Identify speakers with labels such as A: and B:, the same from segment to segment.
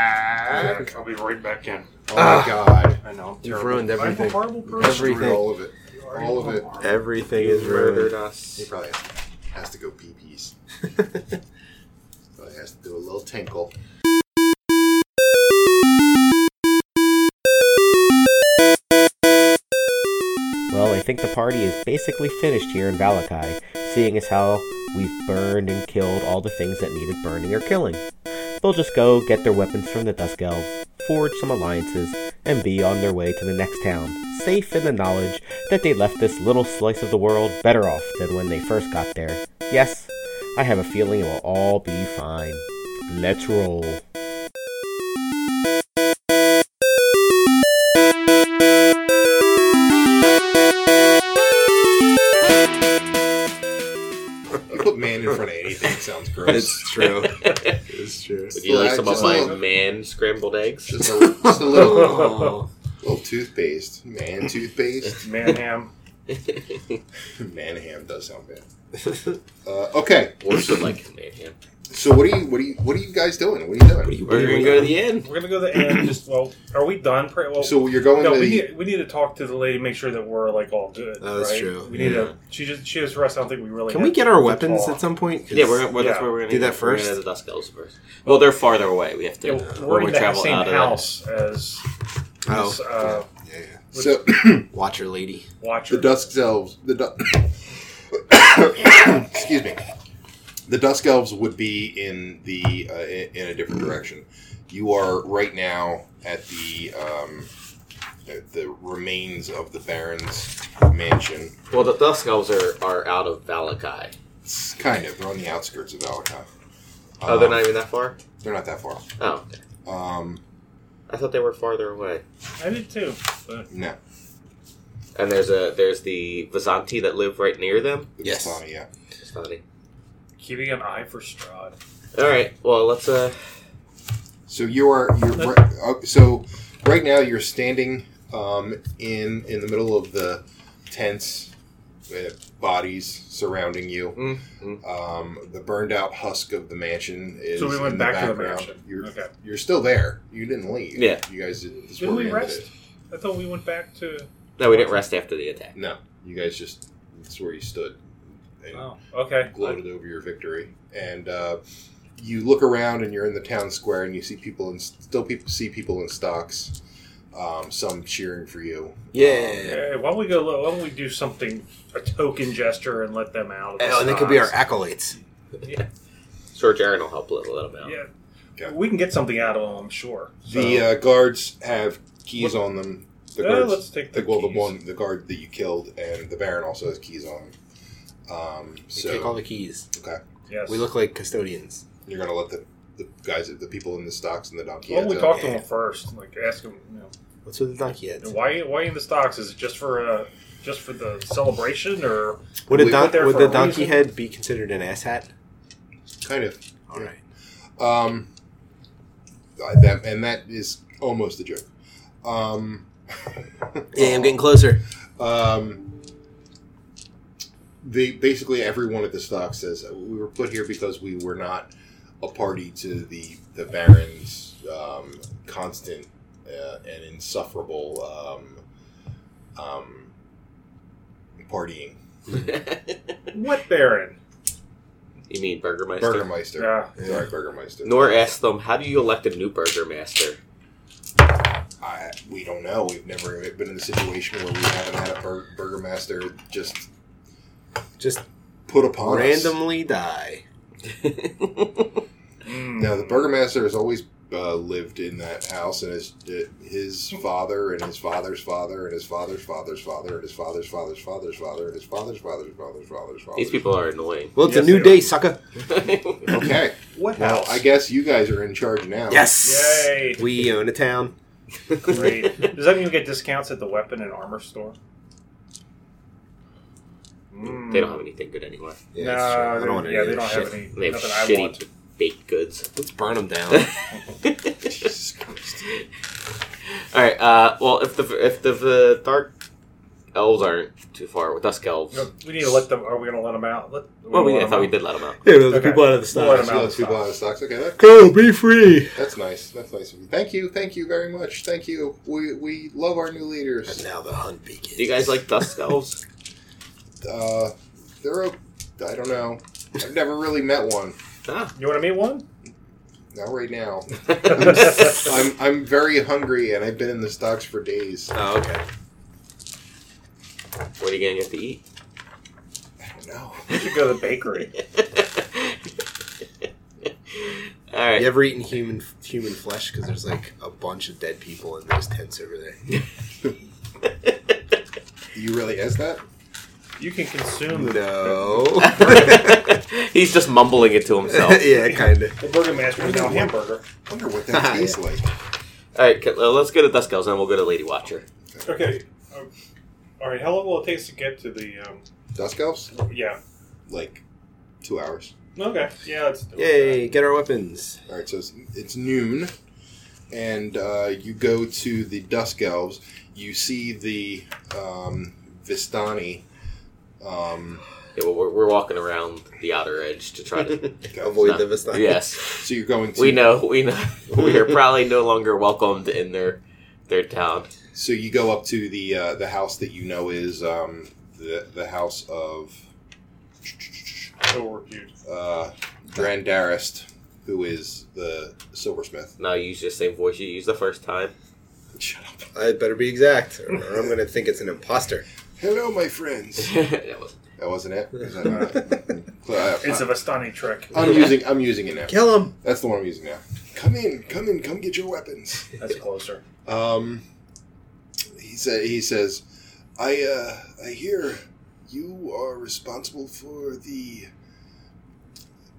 A: Jack.
B: I'll be right back in.
A: Oh my god.
B: I know. I'm
C: You've
B: terrible.
C: ruined
A: I'm a
C: everything.
A: horrible person.
C: Everything.
A: Ruined All of it. All of it.
C: Everything
D: You
C: is
D: murdered
C: ruined.
D: us.
A: He probably has, has to go pee pees. Probably has to do a little tinkle.
E: Well, I think the party is basically finished here in Valakai, seeing as how we've burned and killed all the things that needed burning or killing. They'll just go get their weapons from the Dusk Elves, forge some alliances, and be on their way to the next town, safe in the knowledge that they left this little slice of the world better off than when they first got there. Yes, I have a feeling it will all be fine. Let's roll.
A: You put man in front of anything sounds gross.
C: It's true. it's true.
D: Would you like some of
A: Just
D: my
A: like-
D: man scrambled eggs?
A: just, a, just a little,
D: Oh.
A: little toothpaste. Man toothpaste.
B: Man ham.
A: Man ham does sound bad. Uh, okay.
D: or should like man ham.
A: So what are you what are you what are you guys doing? What are you
D: What are
A: doing?
D: you We're gonna go to the end.
B: We're gonna go to the end. Just well, are we done? Pray, well,
A: So you're going
B: no,
A: to
B: we
A: the
B: need we need to talk to the lady, make sure that we're like all good.
C: Oh, that's
B: right?
C: true.
B: We need
D: Yeah.
B: to. She just she just rest. I don't think we really
C: Can
B: had
C: we get our
B: to
C: weapons
B: talk.
C: at some point? 'Cause
D: Yeah, we're, well, that's
B: Yeah.
D: where we're gonna
C: Do that
D: We're
C: first?
D: gonna do the Dusk Elves first. Well, they're farther away. We have to.
B: Yeah,
D: when
B: we're
D: we
B: in the
D: travel
B: same
D: out of
B: house as
C: Oh,
B: this, uh,
C: yeah.
A: so
C: Watcher lady.
B: watcher.
A: the dusk elves. The du- excuse me. The dusk elves would be in the uh, in, in a different direction. You are right now at the um, the, the remains of the Baron's mansion.
D: The, well, the Dusk Elves are, are out of Valakai.
A: It's kind of they're on the outskirts of Alakai.
D: Oh, they're not even that far.
A: They're not that far.
D: Oh, okay.
A: Um,
D: I thought they were farther away.
B: I did too. But
A: no,
D: And there's a there's the Vizanti that live right near them.
A: the
C: Yes.
A: Vistani, yeah.
D: It's funny.
B: keeping an eye for Strahd.
D: All right. Well, let's uh.
A: So you are you're
B: Let-
A: right, uh, so right now you're standing um, in in the middle of the tents, uh, bodies surrounding you.
D: Mm,
A: Um, the burned out husk of the mansion is.
B: So we went
A: in
B: back to the
A: background.
B: mansion.
A: You're
B: Okay.
A: you're still there. You didn't leave.
D: Yeah.
A: You guys did. This
B: Didn't we
A: ended
B: rest?
A: it.
B: I thought we went back to.
D: No, we didn't rest after the attack.
A: No, you guys just that's where you stood. And
B: Oh, okay.
A: gloated over your victory. And uh, you look around, and you're in the town square, and you see people, and still people see people in stocks, um, some cheering for you.
C: Yeah.
B: Hey, why don't we go? low- Why don't we do something? A token gesture and let them out. of the
C: Oh, and they could be our
B: stocks.
C: acolytes.
D: Sure, Jaren will help a little, let him out.
B: Yeah.
A: Yeah.
B: We can get something out of them, I'm sure.
A: The uh, guards have keys on them. The
B: Uh,
A: guards,
B: let's take the
A: the, well, the
B: keys.
A: one, the guard that you killed, and the Baron also has keys on. him. Um,
C: We
A: so
C: take all the keys.
A: okay,
B: Yes.
C: We look like custodians.
A: you're gonna let the, the guys, the people in the stocks and the donkey.
B: Why don't we
A: heads out?
B: talk to
C: yeah.
B: them first? Like, ask them, you know,
C: What's with the donkey heads?
B: why why in the stocks? Is it just for uh, just for the celebration, or
C: Would, a
A: We-
C: don-
B: there
C: would
B: for
C: the
B: a
C: donkey
B: reason.
C: head be considered an ass hat?
A: Kind of.
C: All right.
A: Um, I- that and that is almost a joke. Um,
C: Yeah, I'm getting closer.
A: Um, they basically everyone at the stock says uh, we were put here because we were not a party to the the Baron's um, constant uh, and insufferable um, um, partying.
B: what, Baron?
D: you mean Burgermeister?
A: Burgermeister,
B: Yeah.
A: sorry, Burgermeister. Uh,
D: Nor asked them, how do you elect a new Burgermaster?
A: I, we don't know. We've never been in a situation where we haven't had a bur- Burgermaster just
C: Just
A: put upon us.
C: randomly die.
B: Mm.
A: Now the burgomaster has always uh, lived in that house, and his his father and his father's father and his father's father's father and his father's father's father's father and his father's father's father's father's father.
D: These people are annoying.
C: Well, it's
B: Yes,
C: a new
B: they
C: day,
B: are.
C: sucker.
A: Okay,
B: What
A: well,
B: house?
A: I guess you guys are in charge now.
C: Yes.
B: Yay.
C: We own a town.
B: Great. Does that mean we get discounts at the weapon and armor store? Mm.
D: They don't have anything good anyway.
C: Yeah,
B: no,
C: that's true. I
B: they-
C: don't want to
B: yeah,
C: do
B: they
C: that
B: don't
C: shit.
B: have any.
D: They have
B: nothing I
D: shitty
B: want.
D: baked goods.
C: Let's burn them down.
A: Jesus Christ.
D: All right. Uh, well, if the if the, the dark elves aren't too far. Dusk elves.
B: No, we need to let them. Are we going to let them out? Let,
D: Well, we,
B: let
D: I
B: 'em
D: thought we
B: out.
D: did let them out.
C: Yeah, those
B: Okay.
C: people out of the
B: We'll
C: stocks.
B: let them
A: So
B: out.
A: that's people out of stocks. Okay, that,
C: Go, be free.
A: that's nice. That's nice of you. Thank you. Thank you very much. Thank you. We we love our new leaders.
C: And now the hunt begins.
D: Do you guys like dusk elves?
A: Uh, they're a, I don't know. I've never really met one.
D: Ah.
B: You want to meet one?
A: Not right now. I'm I'm very hungry and I've been in the stocks for days.
D: Oh, okay. What are you gonna get to eat?
A: I don't know.
B: we should go to the bakery.
D: All right.
C: You ever eaten human human flesh? Because there's like a bunch of dead people in those tents over there.
A: You really asked that?
B: You can consume the.
C: No.
D: He's just mumbling it to himself.
C: yeah, kind of.
B: The Burger Master is now hamburger.
A: I wonder what that tastes like.
D: All right, c- uh, let's go to Dusk Elves and then we'll go to Lady Watcher.
B: Okay. Um, all right. How long will it take to get to the? Um,
A: Dusk elves?
B: yeah.
A: Like two hours.
B: Okay. Yeah. It's,
C: Yay! Get our weapons.
A: All right, so it's, it's noon, and uh, you go to the Dusk Elves. You see the um, Vistani. Um,
D: Yeah, well, we're, we're walking around the outer edge to try to.
C: Avoid
D: No.
C: the Vistani.
D: yes,
A: so you're going to
D: we know, we know. We are probably no longer welcomed in their their town.
A: So you go up to the uh, the house that you know is um, the the house of
B: So repute.
A: uh, Drandarist, who is the silversmith.
D: Now use the same voice you used the first time.
A: Shut up.
C: I better be exact, or I'm gonna think it's an imposter.
A: Hello, my friends.
D: That was-
A: That wasn't it. Is that not it? Cl-
B: It's a
A: uh,
B: Vistani trick.
A: I'm using I'm using it now.
C: Kill him.
A: That's the one I'm using now. Come in, come in, come get your weapons.
B: That's closer.
A: Um, he sa- he says, I uh, I hear you are responsible for the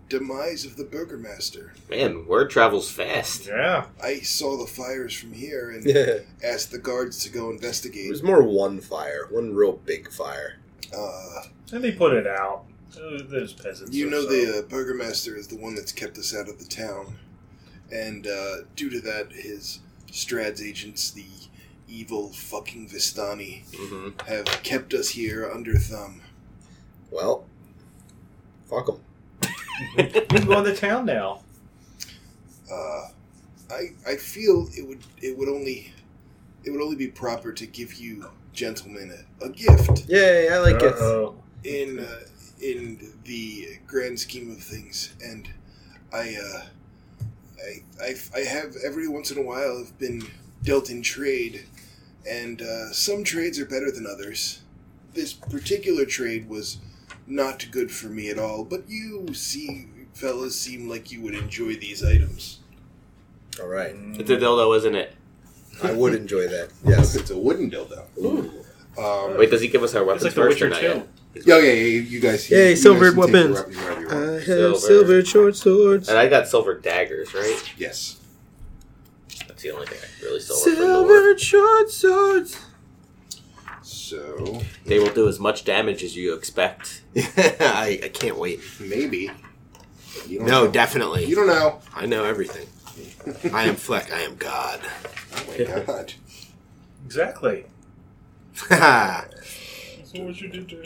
A: demise of the burgermaster.
D: man, word travels fast.
B: Yeah.
A: I saw the fires from here and
C: Yeah.
A: asked the guards to go investigate.
C: There's more one fire, one real big fire.
A: Uh,
B: And they put it out. Uh, Those peasants.
A: you
B: are
A: know
B: so-
A: the uh, burgermaster is the one that's kept us out of the town, and uh, due to that, his Strad's agents, the evil fucking Vistani,
D: hmm
A: have kept us here under thumb.
C: Well, fuck him.
B: We can go in the town now.
A: uh, I I feel it would it would only it would only be proper to give you gentlemen a, a gift
C: Yay! I like it.
B: Uh-oh.
A: in uh, in the grand scheme of things, and I uh, I I I have every once in a while have been dealt in trade, and uh, some trades are better than others. This particular trade was not good for me at all, but you see, fellas, seem like you would enjoy these items.
C: All right,
D: It's a dildo, isn't it?
C: I would enjoy that. Yes.
A: It's a wooden dildo.
C: Ooh.
A: Um,
D: Wait, does he give us our weapons
B: It's like The
D: first or
B: Witcher
D: not?
B: Two.
D: Yet?
A: Yo, yeah, yeah, you guys.
C: Yay,
A: you guys
C: silver
A: can take your
C: weapons.
A: weapons wherever you
C: I
A: want.
C: have
D: Silver.
C: silver, short swords.
D: And I got silver daggers, right?
A: yes.
D: That's the only thing I really saw. from the lore.
C: Silver short swords.
A: So
D: They will do as much damage as you expect.
C: I, I can't wait.
A: maybe. You don't
C: No,
A: know.
C: definitely.
A: you don't know.
C: I know everything. I am Fleck. I am God.
A: Oh my god.
B: Exactly.
C: Ha!
B: So what you did to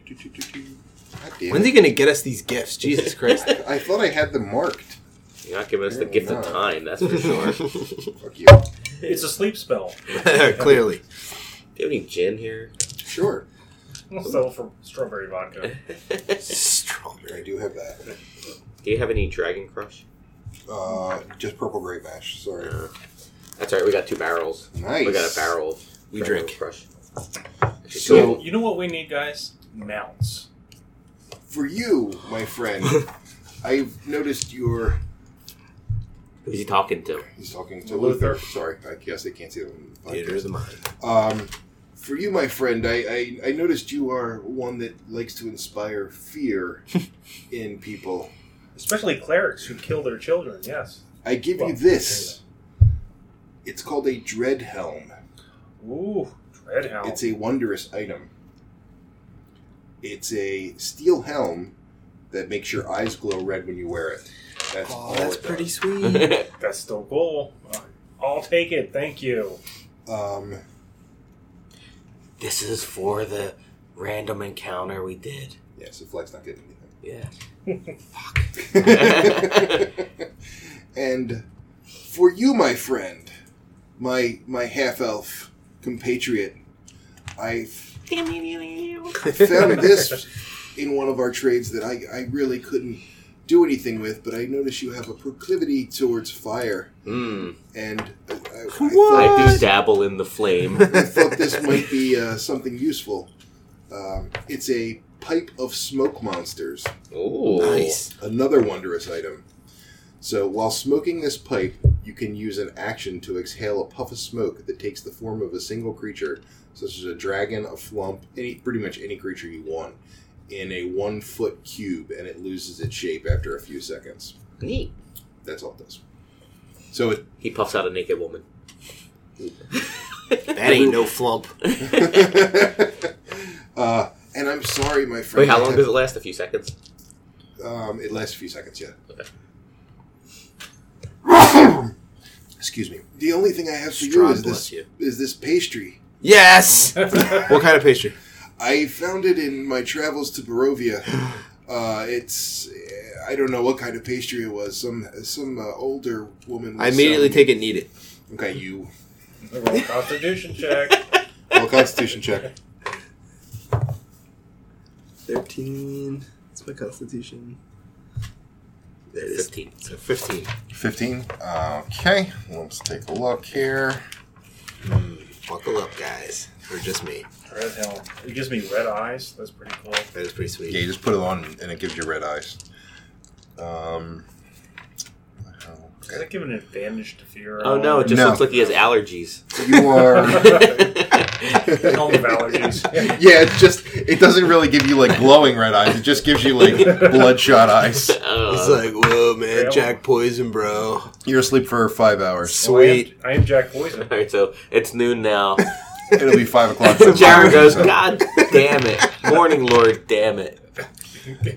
A: God damn
C: When's he
A: it.
C: gonna get us these gifts? Jesus Christ.
A: I thought I had them marked.
D: You're not giving us the gift of
A: No.
D: time, that's for sure. do
A: Fuck you.
B: It's a sleep spell.
C: Clearly.
D: you have any gin here?
A: Sure.
B: So for strawberry vodka.
A: I
C: Strawberry.
A: do have that.
D: Do you have any Dragon Crush?
A: Uh, just purple grape ash. Sorry.
D: That's right. We got two barrels.
A: Nice.
D: We got a barrel. Of
C: We
D: Dragon
C: drink.
D: Crush. Actually,
A: So-
D: two.
B: You know what we need, guys? Mounts.
A: for you, my friend. I've noticed your.
D: who's he talking to?
A: He's talking to Luther.
B: Luther.
A: Sorry, I guess I can't see them.
C: Theater of the mind.
A: Um, for you, my friend, I, I, I noticed you are one that likes to inspire fear in people.
B: Especially clerics who kill their children, yes.
A: I give
B: Well,
A: you this. It's called a dread helm.
B: Ooh, dread hound.
A: It's a wondrous item. It's a steel helm that makes your eyes glow red when you wear it. That's all it does.
C: sweet.
B: That's still cool. Uh, I'll take it. Thank you.
A: Um,
F: This is for the random encounter we did.
A: yeah, so Fleck's not getting anything.
F: Yeah.
A: and for you, my friend, my my half elf compatriot, I found this in one of our trades that I, I really couldn't do anything with, but I noticed you have a proclivity towards fire,
D: Hmm.
A: and I, I, I
D: I do
A: thought,
D: dabble in the flame.
A: I thought this might be uh, something useful. Um, it's a pipe of smoke monsters.
D: Ooh.
F: Nice.
A: Oh, another wondrous item. So while smoking this pipe, you can use an action to exhale a puff of smoke that takes the form of a single creature, such as a dragon, a flump, any pretty much any creature you want, in a one foot cube, and it loses its shape after a few seconds.
D: Neat.
A: That's all it does. So it,
D: He puffs out a naked woman.
C: That ain't no flump.
A: uh, and I'm sorry, my friend.
D: Wait, how long does it last? A few seconds.
A: Um, it lasts a few seconds, yeah. Excuse me. The only thing I have for you
C: Strahd
A: is
C: bless
A: this
C: you.
A: is this pastry.
C: Yes. what kind of pastry?
A: I found it in my travels to Barovia. Uh, it's I don't know what kind of pastry it was. Some some uh, older woman.
C: I immediately
A: selling
C: take it, and eat it.
A: it. Okay, you
B: Roll a Constitution check.
A: roll a Constitution check.
C: Thirteen. That's my constitution. There it is.
D: Fifteen.
C: So Fifteen.
A: Fifteen. Okay, let's take a look here. Hmm.
C: Buckle up, guys. Or just me.
B: Red Helm. It gives me red eyes. That's pretty cool.
C: That is pretty sweet.
A: Yeah, you just put it on and it gives you red eyes. Um.
B: Does that give an advantage to fear? at
D: Oh
B: all?
D: no! It just
A: No.
D: looks like he has allergies.
A: You are.
B: Helm of allergies.
A: Yeah, it's just it doesn't really give you like glowing red eyes. It just gives you like bloodshot eyes.
C: It's
D: Uh,
C: like, whoa, man,
B: Yeah.
C: Jack Poison, bro.
A: You're asleep for five hours.
C: Sweet.
B: I am, I am Jack Poison.
D: all right, so it's noon now.
A: It'll be five o'clock.
D: Jared goes, "God damn it, Morning Lord, damn it!"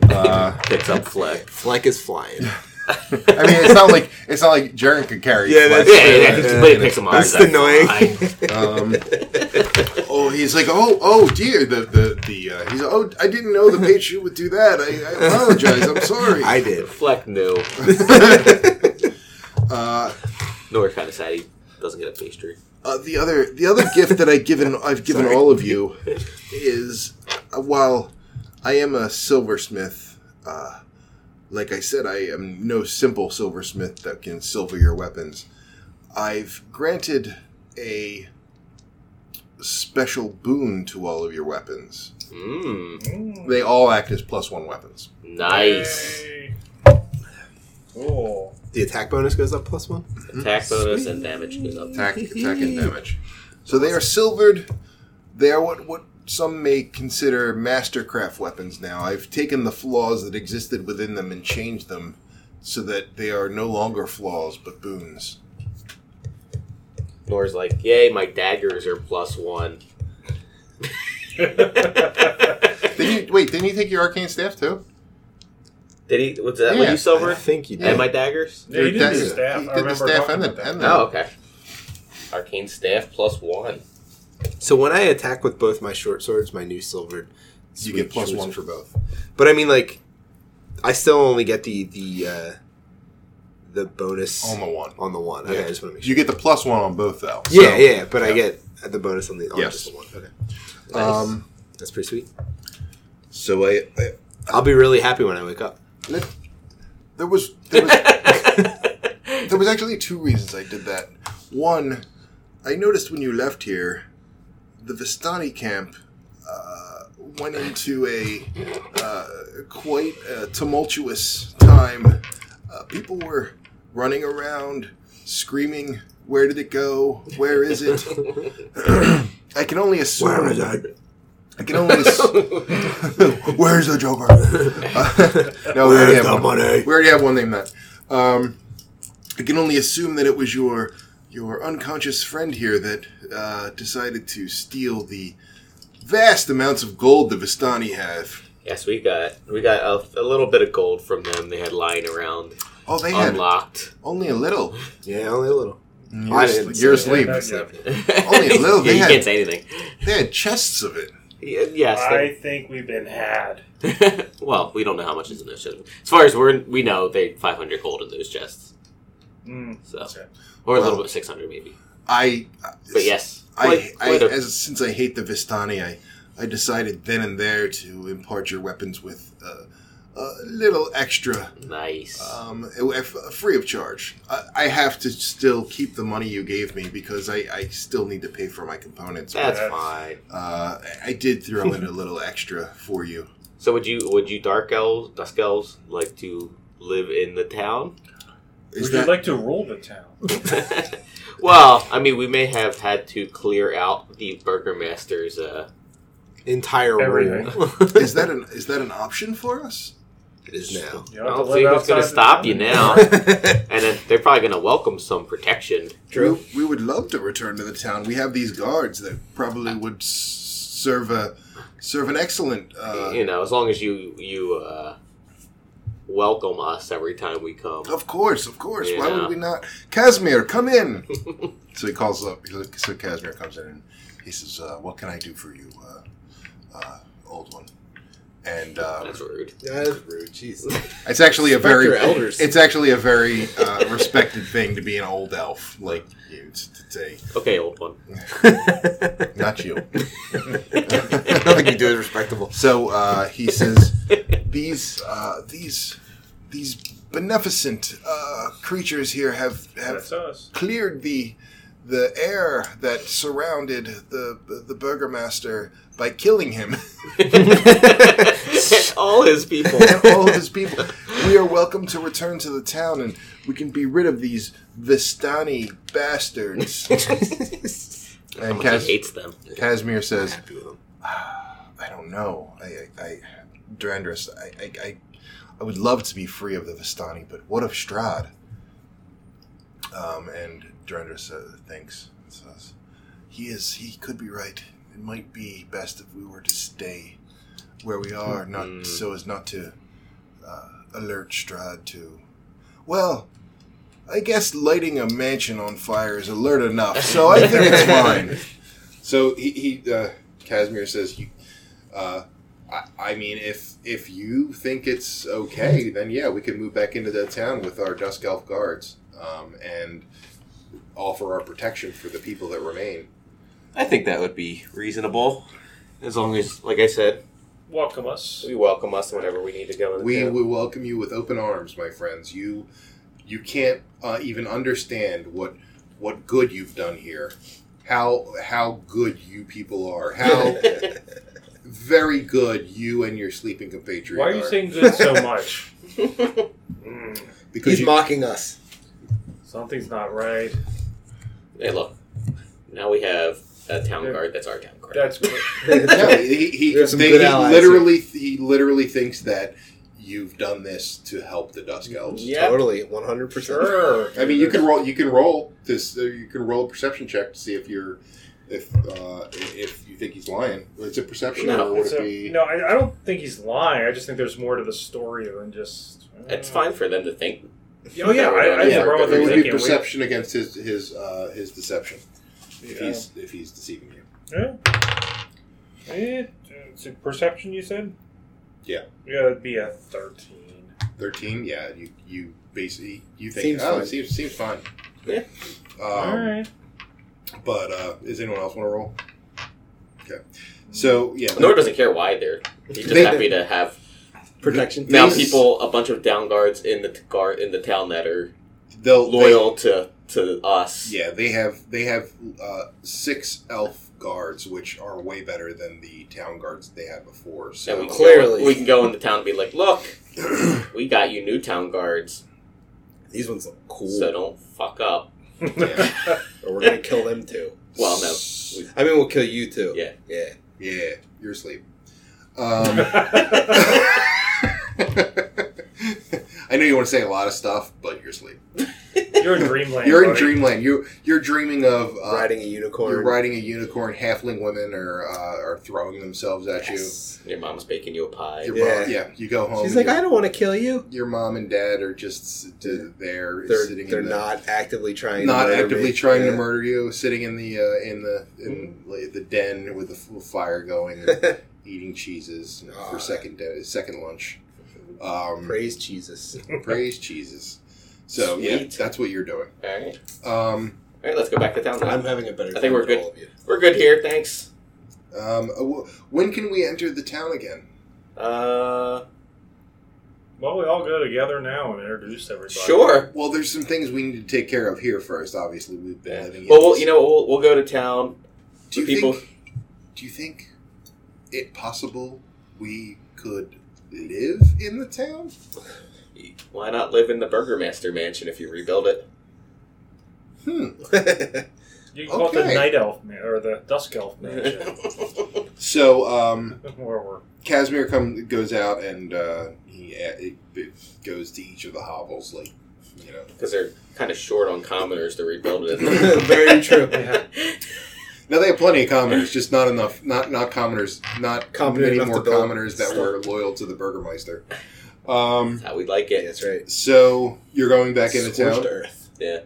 A: Uh,
D: Picks up Fleck.
C: Fleck is flying.
A: I mean, it's not like it's not like Jaren could carry.
C: Yeah,
A: Fleck.
D: Yeah,
C: that's-
D: yeah, yeah, but he picks him up.
C: That's
D: He's like,
C: annoying.
D: "Fine."
A: Um, oh, he's like, oh, oh dear, the the the. Uh, he's oh, I didn't know the Patriot would do that. I, I apologize. I'm sorry.
C: I did.
D: Fleck knew.
A: Uh,
D: Nor kind of sad he doesn't get a pastry.
A: Uh, the other the other gift that I given I've given
C: Sorry.
A: all of you is uh, while I am a silversmith, uh, like I said, I am no simple silversmith that can silver your weapons. I've granted a special boon to all of your weapons.
D: Mmm,
B: Mm,
A: They all act as plus one weapons.
D: nice.
B: yay. Cool.
C: The attack bonus goes up plus one. Mm,
D: Attack bonus and damage goes up.
A: attack, attack, and damage. So they are silvered. They are what what some may consider mastercraft weapons. Now I've taken the flaws that existed within them and changed them so that they are no longer flaws but boons.
D: Nor's like, "Yay, my daggers are plus one."
A: Didn't you, wait, didn't you take your arcane staff too?
D: Did he? Was that
A: Yeah,
D: when you silvered?
C: I think you did.
D: And my daggers?
B: Yeah, you did
A: That-
B: the staff.
A: you did
B: I
A: the
B: remember
A: staff
B: talking
A: and the-
B: about that.
A: and the-
D: Oh, okay. Arcane staff plus one.
C: So when I attack with both my short swords, my new silvered,
A: You
C: sweet
A: get plus
C: short
A: one for
C: sword-
A: both.
C: But I mean, like, I still only get the the uh, the bonus
A: On the one.
C: on the one. Okay, I just want to make sure.
A: You get the plus one on both though.
C: yeah,
A: So,
C: yeah, but I get the bonus on the on
A: Yes.
C: just the one. Okay,
A: Um,
C: that's pretty sweet.
A: so I, I
C: I'll be really happy when I wake up.
A: let- there was there was There was actually two reasons I did that. One, I noticed when you left here, the Vistani camp uh, went into a uh, quite uh tumultuous time. Uh, people were running around, screaming, "Where did it go? Where is it?" I can only assume. I can only. Ass- Where's the Joker? Uh, no, we already have one.
C: money?
A: We already have one named that. Um, I can only assume that it was your your unconscious friend here that uh, decided to steal the vast amounts of gold the Vistani have.
D: yes, we got we got a, a little bit of gold from them. They had lying around,
A: Oh, they had
D: unlocked.
A: only a little.
C: Yeah, only a little.
A: You're,
C: I didn't
A: asleep. you're
C: say
A: asleep.
B: that. Not
A: Only a little,
D: yeah,
A: they
D: you
A: had-
D: can't say anything.
A: They had chests of it.
D: Y- Yes.
B: I think we've been had.
D: they- well, we don't know how much is in those chests. As far as we're, we know, they 500 gold in those chests.
B: Mm.
D: So,
B: Okay.
D: or a
A: Well.
D: little bit 600 maybe.
A: I,
D: But yes,
A: I,
D: quite-
A: I,
D: quite a-
A: as since I hate the Vistani, I, I decided then and there to impart your weapons with uh, a little extra,
D: nice.
A: um, if, free of charge. I, I have to still keep the money you gave me because I, I still need to pay for my components. but,
D: That's
B: that's-
D: fine.
A: uh, I did throw in a little extra for you.
D: So would you would you dark elves, dusk elves, like to live in the town?
A: Is
B: Would
A: that
B: you like to rule the town?
D: well, I mean, we may have had to clear out the burgermaster's. Uh,
C: Entire
B: Everything.
C: room
A: is that an is that an option for us?
C: is now.
B: You
D: I
B: have to live
D: don't think
B: outside
D: it's going
B: the
D: to stop
B: town.
D: you now. and then they're probably going to welcome some protection.
A: True. We, we would love to return to the town. We have these guards that probably would s- serve a serve an excellent. Uh,
D: you know, as long as you you uh, welcome us every time we come.
A: of course, of course. Why
D: Yeah.
A: would we not? Casimir, come in. so he calls up. he looks- So Casimir comes in and he says, uh, "What can I do for you, uh, uh, old one?" And um,
D: That's rude.
C: That is rude. Jeez.
A: it's actually a
C: Respect
A: very
C: your elders.
A: it's actually a very uh, respected thing to be an old elf. Like you it's- it's a
D: Okay, old one.
A: not you.
C: Nothing you do is respectable.
A: So uh, he says, "These, uh, these, these beneficent uh, creatures here have
B: That's
A: have
B: us.
A: cleared the the air that surrounded the the burgermaster by killing him
D: and all his people.
A: and all of his people. We are welcome to return to the town, and we can be rid of these Vistani bastards."
D: How
A: and
D: much
A: Cas-
D: he hates them.
A: Casimir says,
C: Happy with him.
A: I don't know. I, I, I Durandris, I, I, I, I would love to be free of the Vistani, but what of Strad? Um, and Durandris uh, thinks, and says, he is, he could be right. It might be best if we were to stay where we are, not
D: Mm.
A: so as not to uh, alert Strad to. Well, I guess lighting a mansion on fire is alert enough, so I think it's fine. So he, he uh, Casimir says, "You, uh, I, I mean, if if you think it's okay, then yeah, we can move back into that town with our Dusk Elf guards um, and offer our protection for the people that remain."
D: I think that would be reasonable, as long as, like I said,
B: Welcome us.
D: you welcome us whenever we need to go. In
A: We
D: town.
A: will welcome you with open arms, my friends. You you can't uh, even understand what what good you've done here. How how good you people are. How very good you and your sleeping compatriot.
B: Why are you saying good so much? Mm,
A: Because
C: He's
A: you,
C: mocking us.
B: something's not right.
D: Hey, look. Now we have a town guard that's our town guard.
B: That's
A: no, he, he,
C: There's some
A: they-
C: good
A: he
C: allies
A: literally he literally thinks that you've done this to help the Dusk Elves.
D: Yeah.
C: Totally, one hundred percent.
B: sure.
A: I mean, you can roll you can roll this uh, you can roll a perception check to see if you're if uh, if you think he's lying. It's a perception,
D: No,
A: or would
B: It's
A: it
B: a-
A: be?
B: no, I, I don't think he's lying. I just think there's more to the story than just. uh,
D: It's fine for them to think.
B: Oh yeah, I, I
A: Yeah,
B: yeah, wrong
A: it
B: with him
A: would be
B: thinking. We-
A: perception against his his uh, his deception if he's if he's deceiving you.
B: Yeah. Eh, it's a perception, you said.
A: Yeah.
B: Yeah, it'd be a thirteen.
A: Thirteen, yeah. You you basically you think
C: Seems
A: oh
C: fine.
A: it seems seems fine.
D: Yeah.
A: Um,
B: All right.
A: But uh, does anyone else want to roll? Okay. So yeah,
D: Nor doesn't care why they're. He's just
A: They-
D: happy to have
C: Protection.
D: now
A: These-
D: people a bunch of down guards in the t- guard in the town that are
A: they'll they-
D: loyal to to us.
A: Yeah, they have they have uh, six elf guards, which are way better than the town guards they had before.
D: And
A: So
D: we can
C: Clearly.
D: go, we can go in the town and be like, look, we got you new town guards,
C: These ones look cool.
D: so don't fuck up.
A: Yeah.
C: or we're gonna kill them too.
D: Well, no,
C: I mean, we'll kill you too.
D: Yeah.
C: yeah.
A: yeah, you're asleep. Um, I know you want to say a lot of stuff, but you're asleep.
B: You're in dreamland.
A: You're in
B: buddy.
A: dreamland. You you're dreaming of uh,
C: riding a unicorn.
A: You're riding a unicorn. Halfling women are uh, are throwing themselves at
C: Yes.
D: Your mom's baking you a pie.
A: you. Your
C: Yeah.
A: mom, Oh, yeah. You go home.
C: She's like,
A: your,
C: I don't want to kill you.
A: your mom and dad are just s- d- there.
C: They're
A: sitting
C: they're
A: in the,
C: not actively trying.
A: not
C: to murder
A: actively
C: me.
A: trying
C: Yeah.
A: to murder you. Sitting in the uh, in the in like, the den with the f- fire going, and eating cheeses
C: Aw.
D: Ah.
A: for second day, second lunch. Um,
C: Praise Jesus.
A: praise cheeses. So yeah,
D: Sweet.
A: that's what you're doing.
D: All right,
A: Um,
D: all right. Let's go back to town. Now.
C: I'm having a better.
D: think
C: time
D: we're
C: than
D: good.
C: All of you.
D: We're good here. Thanks.
A: um, uh, wh- when can we enter the town again?
D: Uh,
B: Well, we all go together now and introduce everybody.
D: sure.
A: Well, there's some things we need to take care of here first. Obviously, we've been
D: Well,
A: living. in
D: we'll,
A: this-
D: you know, we'll, we'll go to town.
A: do you
D: the people-
A: think? Do you think it possible we could live in the town?
D: Why not live in the Burgermaster Mansion if you rebuild it?
A: Hmm.
B: You can call it
A: Okay.
B: the night elf man, or the dusk elf mansion.
A: So, um,
B: where we're
A: Casimir come goes out and uh, he it, it goes to each of the hovels, like you know.
D: Because they're kind of short on commoners to rebuild it.
C: Very true.
A: Now they have plenty of commoners, just not enough, not not commoners, not
C: Competent
A: many
C: enough
A: more
C: to build
A: commoners that were loyal to the Burgermeister. Um,
D: How we like it.
C: That's right.
A: so you're going back into
C: Scorched
A: town.
C: Earth.
D: Yeah.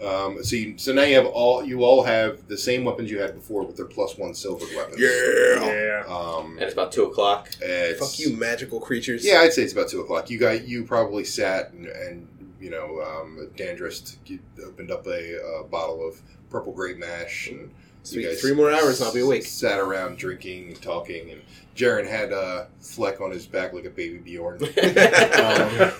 A: Um, so you, so now you have all you all have the same weapons you had before, but they're plus one silvered weapons.
B: yeah.
A: Um,
D: And it's about two o'clock.
A: it's-
C: Fuck you, magical creatures.
A: Yeah, I'd say it's about two o'clock. You got you probably sat and, and you know um, Dandrist opened up a uh, bottle of purple grape mash and
C: Sweet.
A: you guys
C: Three more hours and I'll be awake.
A: Sat around drinking and talking, and Jaren had uh, Fleck on his back like a baby Bjorn. Um,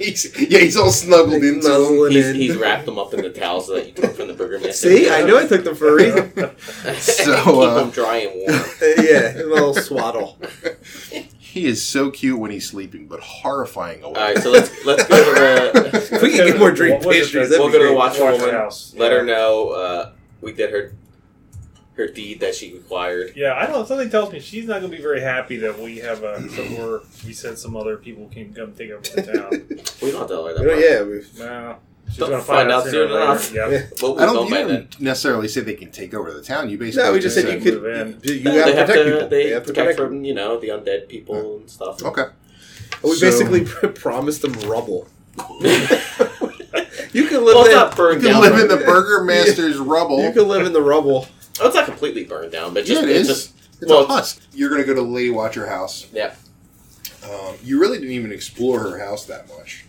A: he's, yeah, he's all snuggled into him.
C: Nuzzling
D: he's,
C: in.
D: he's wrapped them up in the towels that you took from the Burgermaster.
C: See, I knew I took them for a reason.
A: So,
D: Keep
A: uh,
D: them dry and warm.
C: Uh, yeah, a little swaddle.
A: He is so cute when he's sleeping, but horrifying away.
D: All right, so let's let's go uh, to the
C: If we can get more drink
B: What was it,
C: pastries,
B: the-
C: that'd
D: We'll
C: be
D: go to the
C: great.
D: watch
B: Watch
D: woman.
B: house.
D: Let
B: yeah.
D: her know uh, we did her her deed that she required.
B: Yeah, I don't. know. Something tells me she's not going to be very happy that we have a. Some, or we said some other people can come take over the town.
D: We don't tell her that.
C: We don't-
D: part.
C: Oh, yeah, we've,
B: well, she's
D: Don't
B: going to find,
D: find
B: out
D: out
B: sooner
D: soon
B: or
D: enough.
B: later. Yep.
D: Well, we
A: I don't.
D: don't
A: You
D: by then.
A: didn't necessarily say they can take over the town. You basically.
C: no, we just said you could.
B: Move
C: You, you
D: No,
C: have,
D: they have
C: protect
D: to.
C: people.
D: They,
C: You have to
D: protect
C: protect them.
D: from you know the undead people and stuff.
A: Okay.
C: We
A: So-
C: basically pr- promised them rubble. you can live
D: Well, it's
C: in.
D: not burned
A: You can
D: down.
A: live
D: but-
A: in the Burger Master's rubble.
C: You can live in the rubble.
D: oh, it's not completely burned down, but just
A: Yeah, it
D: it's
A: is.
D: just
A: it's
D: well,
A: a husk. You're gonna go to the Lady Watcher house.
D: yeah.
A: Um, you really didn't even explore her house that much,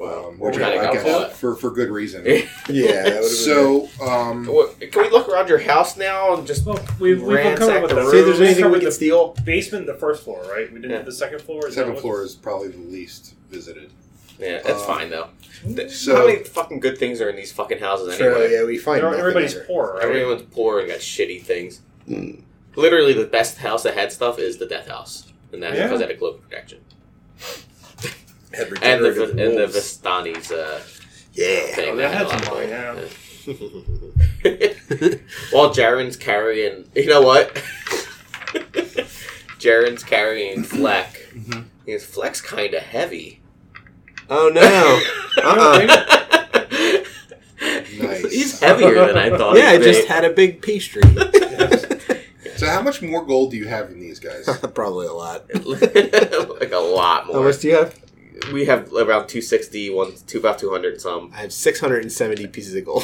A: um, which
D: kinda
A: I, I
D: got
A: guess
D: caught.
A: for, for good reason.
C: Yeah, that would
A: so, um,
D: Well, Can we look around your house now and just?
B: Well, we, we've uncovered
D: Ransack
B: what
D: the
B: the,
D: room.
C: See if there's anything we
B: uncovered
C: can
B: the
C: steal.
B: basement, the first floor, right? We didn't
D: Yeah.
B: do the second floor. Is that
A: second
B: what-
A: floor is probably the least visited.
D: Yeah, that's
A: Uh,
D: fine though.
B: Hmm?
D: Th-
A: so-
D: How many fucking good things are in these fucking houses
C: True,
D: anyway?
C: yeah, we find
B: They're-
C: nothing
B: everybody's
C: ever.
B: poor, right?
D: Everyone's poor and got shitty things.
C: Mm.
D: Literally, the best house that had stuff is the Death House, and that's
B: Yeah.
D: because it had a global protection.
C: Had
D: And the
C: regenerative
D: and the
C: wolves.
D: Vistani's uh,
C: yeah.
D: thing.
B: Oh,
D: that
B: that had
D: a lot
B: some
D: of
B: money,
D: weight. While Jaren's carrying, you know what? Jaren's carrying Fleck.
A: Mhm.
D: His Fleck's kind of heavy.
C: Oh no. Uh-uh.
A: Nice.
D: He's heavier than I
F: Uh-uh.
D: thought.
F: Yeah, I
D: he'd be.
F: just had a big pastry.
A: So, how much more gold do you have in these guys?
C: Probably a lot.
D: like a lot
C: How
F: Oh,
D: more.
C: much do you have?
D: we have around 260, one, two, about 200 some.
C: I have 670 pieces of gold.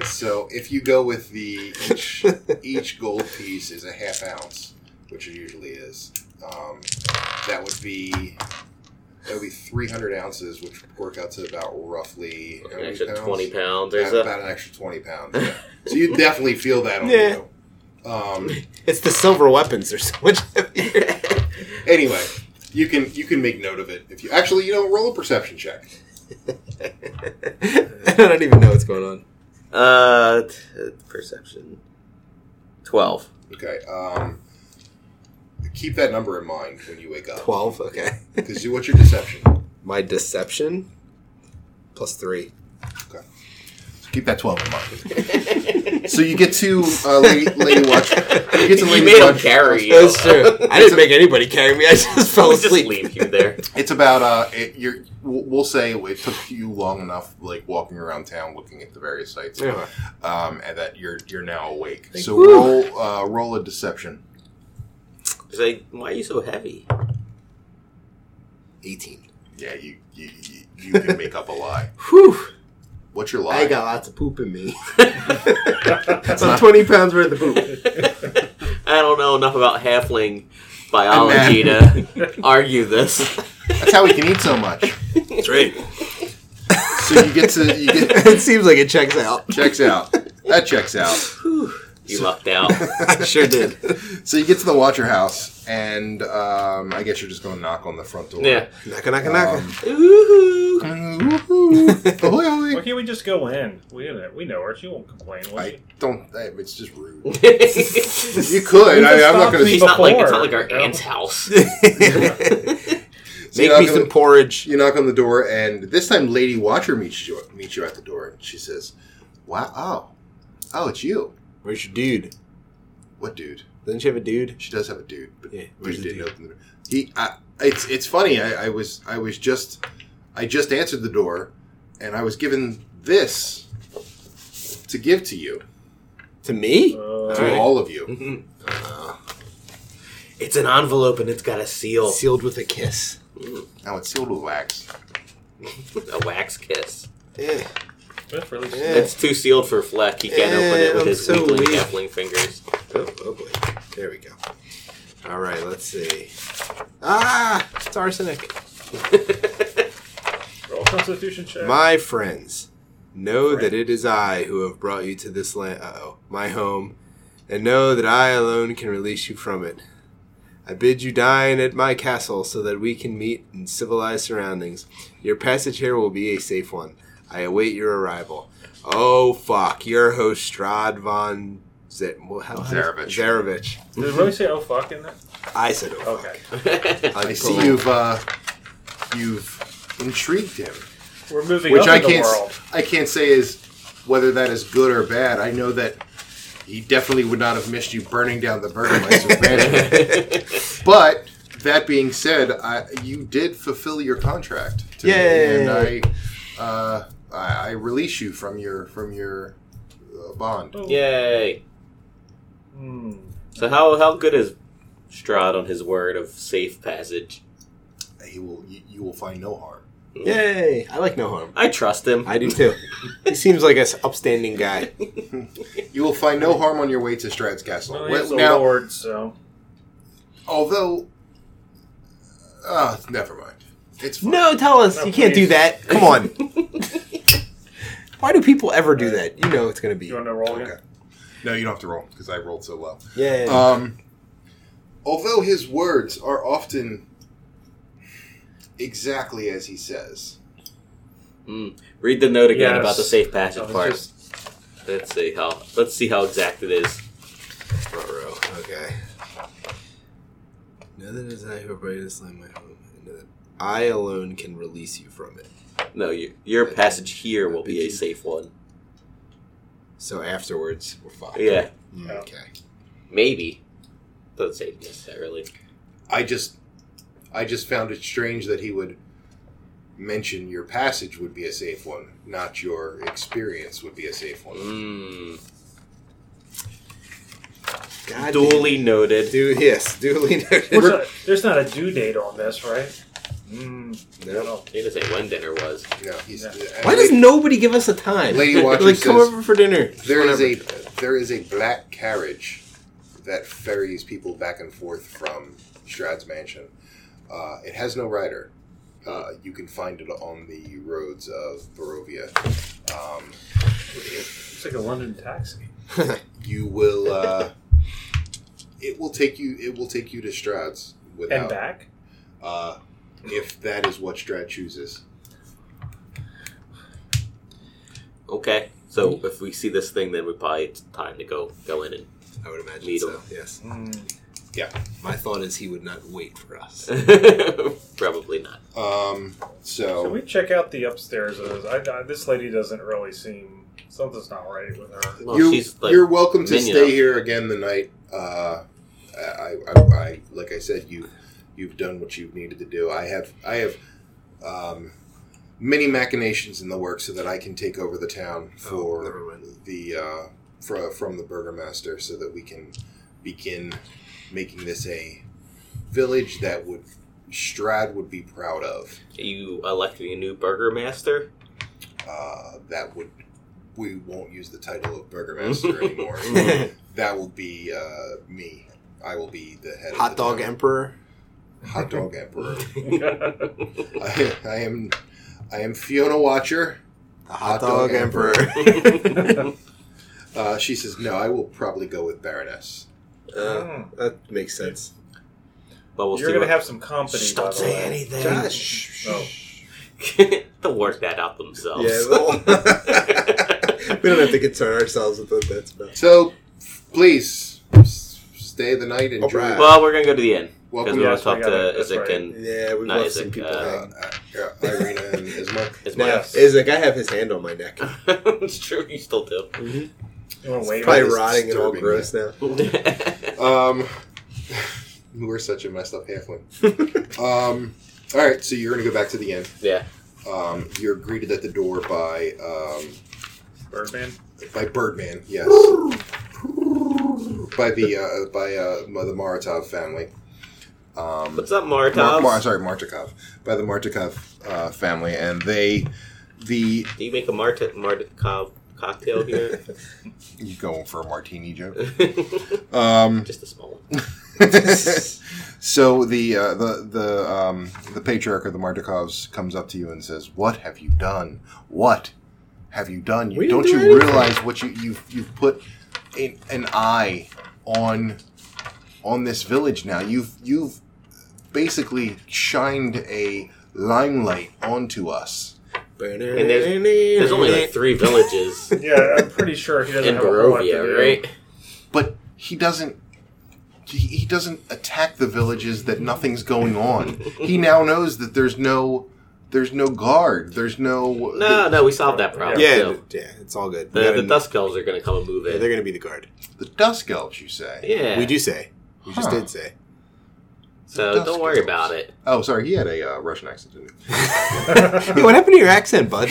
A: so, if you go with the each each gold piece is a half ounce, which it usually is. Um, that would be that would be 300 ounces, which would work out to about roughly how
D: An
A: many
D: extra
A: pounds?
D: 20 pounds or
A: about,
D: so.
A: about an extra 20 pounds. yeah. so you definitely feel that on
C: Yeah.
A: you. Um,
C: it's the silver weapons. They're so much heavier.
A: anyway, you can you can make note of it if you actually you know roll a perception check.
C: I don't even know what's going on.
D: Uh, t- perception. 12.
A: Okay. Um, keep that number in mind when you wake up
C: 12? Okay.
A: because you, what's your deception?
C: My deception? Plus three.
A: Keep that twelve in mind. so you get to uh, Lady, Lady Watch. You get to
D: You
A: Lady
D: made him
A: Watch.
D: carry you.
F: That's true. I didn't make anybody carry me. I just fell
D: We just
F: asleep.
D: leave you there.
A: It's about uh, it, you're, we'll we'll say it took you long enough, like walking around town, looking at the various sites,
F: Yeah.
A: um, and that you're you're now awake.
F: Thank
A: so
F: you.
A: roll uh, roll a deception.
D: He's like, why are you so heavy?
C: 18.
A: Yeah, you you, you- you can make up a lie.
C: Whew.
A: What's your lie?
C: I got lots of poop in me.
B: That's
C: That's not 20 pounds worth of poop.
D: I don't know enough about halfling biology to argue this.
A: That's how we can eat so much.
F: That's right.
A: So you get to you get
C: it seems like it checks out.
A: checks out. That checks out.
D: You lucked out.
C: I sure did.
A: So you get to the Watcher house, and um, I guess you're just going to knock on the front door. Um,
D: Yeah.
C: Knocka, knocka, knocka.
D: Ooh.
A: Woohoo. Ahoy, ahoy.
B: Why can't we just go in? We know, we know her. She won't complain, will
A: I
B: she?
A: don't. I, it's just rude.
D: She's
A: You could. I, I'm not going to.
B: She's
D: not like it's not
B: Before,
D: like our
B: you know?
D: aunt's house.
A: you're
C: Make
A: not gonna-
C: me some porridge.
A: You knock on the door, and this time Lady Watcher meets you meets you at the door, and she says, "Wow, oh, oh, it's you.
C: Where's your dude?
A: What dude?
C: Doesn't she have a dude?
A: She does have a dude, but
C: Yeah,
A: dude
C: where's the
A: didn't
C: dude?
A: open the door. He. I, it's it's funny. I, I was I was just I just answered the door, and I was given this to give to you,
C: To me?
B: Uh,
A: to all of you.
F: It's an envelope and it's got a seal.
C: Sealed with a kiss.
A: Now it's sealed with wax.
D: A wax kiss.
C: Yeah.
B: that's really
C: Yeah.
D: It's too sealed for Fleck. He can't open
C: Eh,
D: it with
C: I'm
D: his
C: so
D: weakling
C: weak.
D: halfling fingers.
C: Oh, oh boy. There we go. All right, let's see. Ah, it's arsenic.
B: Roll Constitution check.
C: My friends, know that it is I who have brought you to this land, uh-oh, my home, and know that I alone can release you from it. I bid you dine at my castle so that we can meet in civilized surroundings. Your passage here will be a safe one. I await your arrival. Oh fuck, your host Strad von Z- well, how, how-
A: Zarevich.
C: Zarevich.
B: Did it really say "oh fuck" in that?
C: I said, oh, fuck.
B: Okay,
A: I
C: I'd
A: see
C: pull-
A: you've uh, you've intrigued him.
B: we're moving
A: which
B: up
A: I
B: in the
A: can't
B: world.
A: I can't say is whether that is good or bad. I know that he definitely would not have missed you burning down the Burgermeister mansion. But that being said, I, you did fulfill your contract, to me,
C: Yay.
A: and I, uh, I I release you from your from your uh, bond.
B: Oh.
D: Yay.
B: Hmm.
D: So how how good is Strahd on his word of safe passage?
A: He will you, you will find no harm.
C: Yay! I like no harm.
D: I trust him.
C: I do too. he seems like an upstanding guy.
A: You will find no harm on your way to Strad's Castle.
B: Well,
A: Well,
B: he's a
A: now,
B: lord, so
A: although, uh, never mind. It's fine.
C: No, tell us.
B: No,
C: you can't do
B: please.
C: that. Come on. Why do people ever do that? You know it's going to be.
B: you want to roll again?
A: Okay. No, you don't have to roll because I rolled so well.
C: Yeah.
D: Uh,
A: Um, although his words are often exactly as he says,
D: Read the note again
B: Yes.
D: about the safe
B: So
D: passage
B: it's
D: part.
B: just-
D: Let's see how let's see how exact it is.
C: Ruh-roh. Okay. Now that it is I who have brought you this land, my home, and that I alone can release you from it.
D: No, you, your passage here will be a safe one.
C: So afterwards, we're fucked.
D: Yeah,
C: Mm,
B: Yeah.
C: Okay.
D: maybe. Doesn't say necessarily.
A: I just, I just found it strange that he would mention your passage would be a safe one, not your experience would be a safe one.
D: Mm.
C: God
D: Duly noted.
C: Do yes. Duly
B: What's
C: noted.
B: a- there's not a due date on this, right? Hmm. I don't
C: No.
B: know.
D: He didn't say when dinner was.
A: No, he's. uh,
B: Yeah.
A: and
C: Why does nobody give us a time?
A: Lady Watcher
C: like, come
A: says-
C: over for dinner.
A: there is
C: Whatever.
A: a there is a black carriage that ferries people back and forth from Strad's mansion. Uh, it has no rider. Uh, you can find it on the roads of Barovia. Um,
B: It's like a London taxi.
A: you will. Uh, it will take you. It will take you to Strad's
B: And
A: without.
B: back.
A: Uh, if that is what Strad chooses.
D: Okay, so if we see this thing, then we probably it's time to go go in
C: I would imagine
D: Needle.
C: so. Yes.
B: Hmm.
C: My thought is he would not wait for us.
D: and probably not.
A: Um, so
D: Oh.
B: Can we check out the upstairs of this? I, I, this lady doesn't really seem Something's not right with her.
D: Well,
A: you're,
D: she's like,
A: you're welcome to
D: minion
A: stay
D: up.
A: here again the night. Uh, I, I, I, like I said, you, you've done what you've needed to do. I have, I have, um, many machinations in the work so that I can take over the town
C: Oh,
A: for
C: never mind.
A: the uh, fro from the burgomaster, so that we can begin making this a village that would Strad would be proud of.
D: you electing a new burgomaster.
A: uh, that would we won't use the title of burgomaster anymore. that will be uh, me. I will be the head.
C: Hot
A: of the
C: dog
A: town.
C: emperor.
A: Hot dog emperor.
B: master.
A: I, I am. I am Fiona Watcher.
C: The hot, dog, emperor.
A: Uh, she says, "No, I will probably go with Baroness."
C: Uh, that makes sense.
D: But we'll
B: Hmm. You're
D: see.
B: gonna
D: what-
B: have some company.
F: Shh,
B: by
F: don't
B: the
F: say
B: way.
F: anything.
C: Josh.
B: Oh.
D: They'll work that out themselves.
C: Yeah. well- we don't have to concern ourselves with what that's about.
A: So, please s- stay the night. Enjoy.
C: Alright.
D: well, we're gonna go to the end because
A: Welcome.
D: we
B: Yeah.
A: to
B: Yes,
D: want to
B: we
D: talk
B: gotta-
D: to
B: that's
D: Isaac
B: right.
D: and
C: Yeah, we
D: Not
C: love
D: Isaac,
C: some people.
D: uh,
A: uh,
C: hanging.
A: uh, Irina and Ismark.
D: his
C: now,
D: wife.
C: Isaac, I have his hand on my neck.
D: it's true, you still do.
B: You wanna wait?
C: Probably
A: It's
C: rotting and all
A: disturbing,
C: gross now.
A: Um, we're such a messed up halfling. um, all right, so you're gonna go back to the end.
D: yeah.
A: Um, you're greeted at the door by um,
B: Birdman.
A: by Birdman, yes, by the uh, by uh, m- the Maratov family. Um,
D: What's up,
A: Mar-
D: Martov?
A: Mar- sorry, Martikov, by the Martikov uh, family, and they the
D: do you make a Mart- Martikov cocktail here?
A: you going for a martini joke? Um,
D: Just a small one.
A: so the uh, the the um, the patriarch of the Martikovs comes up to you and says, "What have you done? What have you done? You,
C: We
A: don't
C: didn't do
A: you
C: anything."
A: realize what you you you've put a, an eye on on this village now? You've you've basically shined a limelight only us."
D: there's- There's only like three villages
B: Yeah, I'm pretty sure he doesn't
D: in
B: have a whole lot to
D: Barovia,
B: do.
D: right?
A: but he doesn't he, he doesn't attack the villages that nothing's going on he now knows that there's no there's no guard there's no
D: No, no, we solved that problem.
C: Yeah,
D: so
C: d- yeah, it's all good. We
D: the, the
C: gotta-
D: Dusk Elves are gonna come and move
C: yeah,
D: in.
C: they're gonna be the guard.
A: the, the dusk elves you say
D: Yeah,
C: We do say. We just
A: Huh.
C: did say.
D: So
A: Dusk
D: don't worry
A: Elves.
D: about it.
A: oh sorry he had a uh, russian accent didn't he?
C: Hey, what happened to your accent, bud?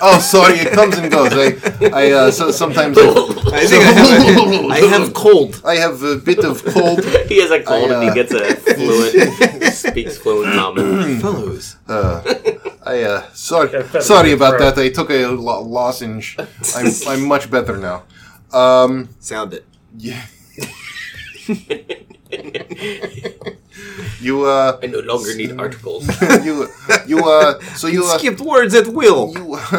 A: oh sorry it comes and goes i i uh, so sometimes I,
C: I think I have, a, I have cold.
A: I have a bit of cold
D: he has a cold
A: I,
D: and
A: uh,
D: he gets a fluent, speaks fluent common.
C: Fellows.
A: uh, I uh, sorry,
B: Yeah, feather
A: sorry
B: in the
A: about
B: throat.
A: that. I took a lo- lozenge. I'm, I'm much better now. Um,
C: Sound it.
A: yeah. You uh,
D: I no longer need articles.
A: you you uh, so you uh,
C: Skipped words at will.
A: you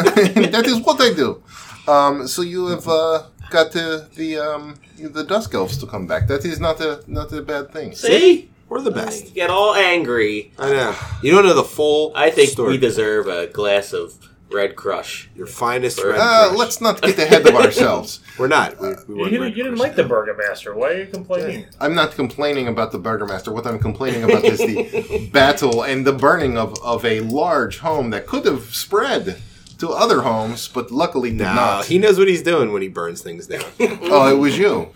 A: that is what I do. Um, so you have uh, got the the um the dusk elves to come back. That is not a not a bad thing.
D: See,
C: We're the best.
D: get all angry.
C: I know. You don't know the full.
D: I think
C: story.
D: we deserve a glass of Red Crush.
C: your finest.
D: Uh,
C: Red
A: Uh,
C: Crush.
A: let's not get ahead of ourselves.
C: We're not. We, we
B: You
C: want
B: didn't,
C: Red
B: you didn't
C: Crush.
B: like the burgomaster. Why are you complaining?
A: I'm not complaining about the burgomaster. What I'm complaining about is the battle and the burning of, of a large home that could have spread to other homes, but luckily did
C: Nah,
A: not.
C: Uh, he knows what he's doing when he burns things down.
A: Oh, it was you.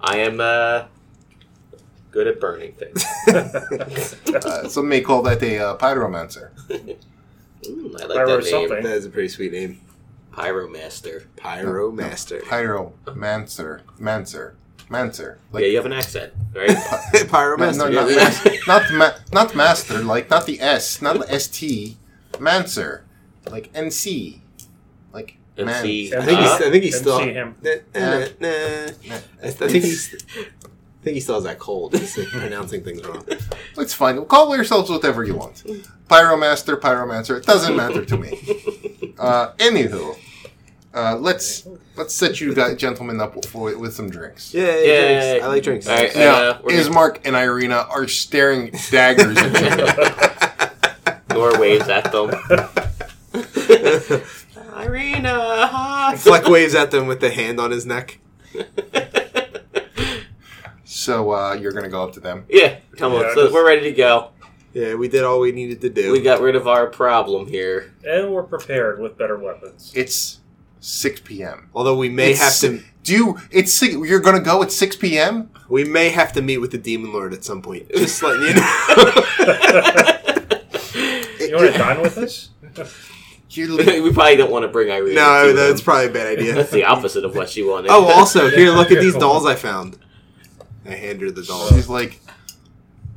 D: I am uh, good at burning things.
A: Uh, some may call that a uh, pyromancer.
D: Ooh, I like
B: Pyro
D: that name,
C: that
B: something.
C: is a pretty sweet name.
D: Pyromaster.
C: Pyro Master.
A: Pyromancer. Mancer. Mancer. Like,
D: yeah, you have an accent, right?
C: Pyro
A: ma- no,
C: Master.
A: not,
D: yeah.
A: mas- not, ma- not master, like, not the S, not the ST. Mancer. Like, NC. Like, man-
D: MC.
C: I think he's. I think he's
B: MC
C: still.
B: him.
C: Nah, nah, nah. I think he's. I think he still has that cold. He's like, pronouncing things wrong.
A: It's fine. Call yourselves whatever you want. Pyromaster, pyromancer. It doesn't matter to me. Uh, anywho, uh, let's let's set you guys, gentlemen up for, with some drinks.
C: Yeah,
D: Yay.
C: drinks. I like drinks.
D: All right,
A: Now,
D: uh, we're gonna-
A: Ismark and Irina are staring daggers at you.
D: Thor waves at them. Irina, hi.
C: Fleck waves at them with the hand on his neck.
A: So uh, you're gonna go up to them.
D: yeah, come on.
B: Yeah,
D: so
B: just-
D: we're ready to go.
C: Yeah, we did all we needed to do.
D: We got rid of our problem here.
B: And we're prepared with better weapons.
A: It's 6 p.m.
C: Although we may
A: It's
C: have
A: si-
C: to,
A: Do you, it's six, you're gonna go at 6 p.m.
C: we may have to meet with the demon lord at some point. Just letting you know.
B: You want to dine with us?
A: You're li-
D: we probably don't want to bring Irene.
C: no,
D: to
C: that's
D: them.
C: probably a bad idea.
D: that's the opposite of what she wanted.
C: Oh, also here, look at these dolls I found. I hand her the dolls.
A: she's like,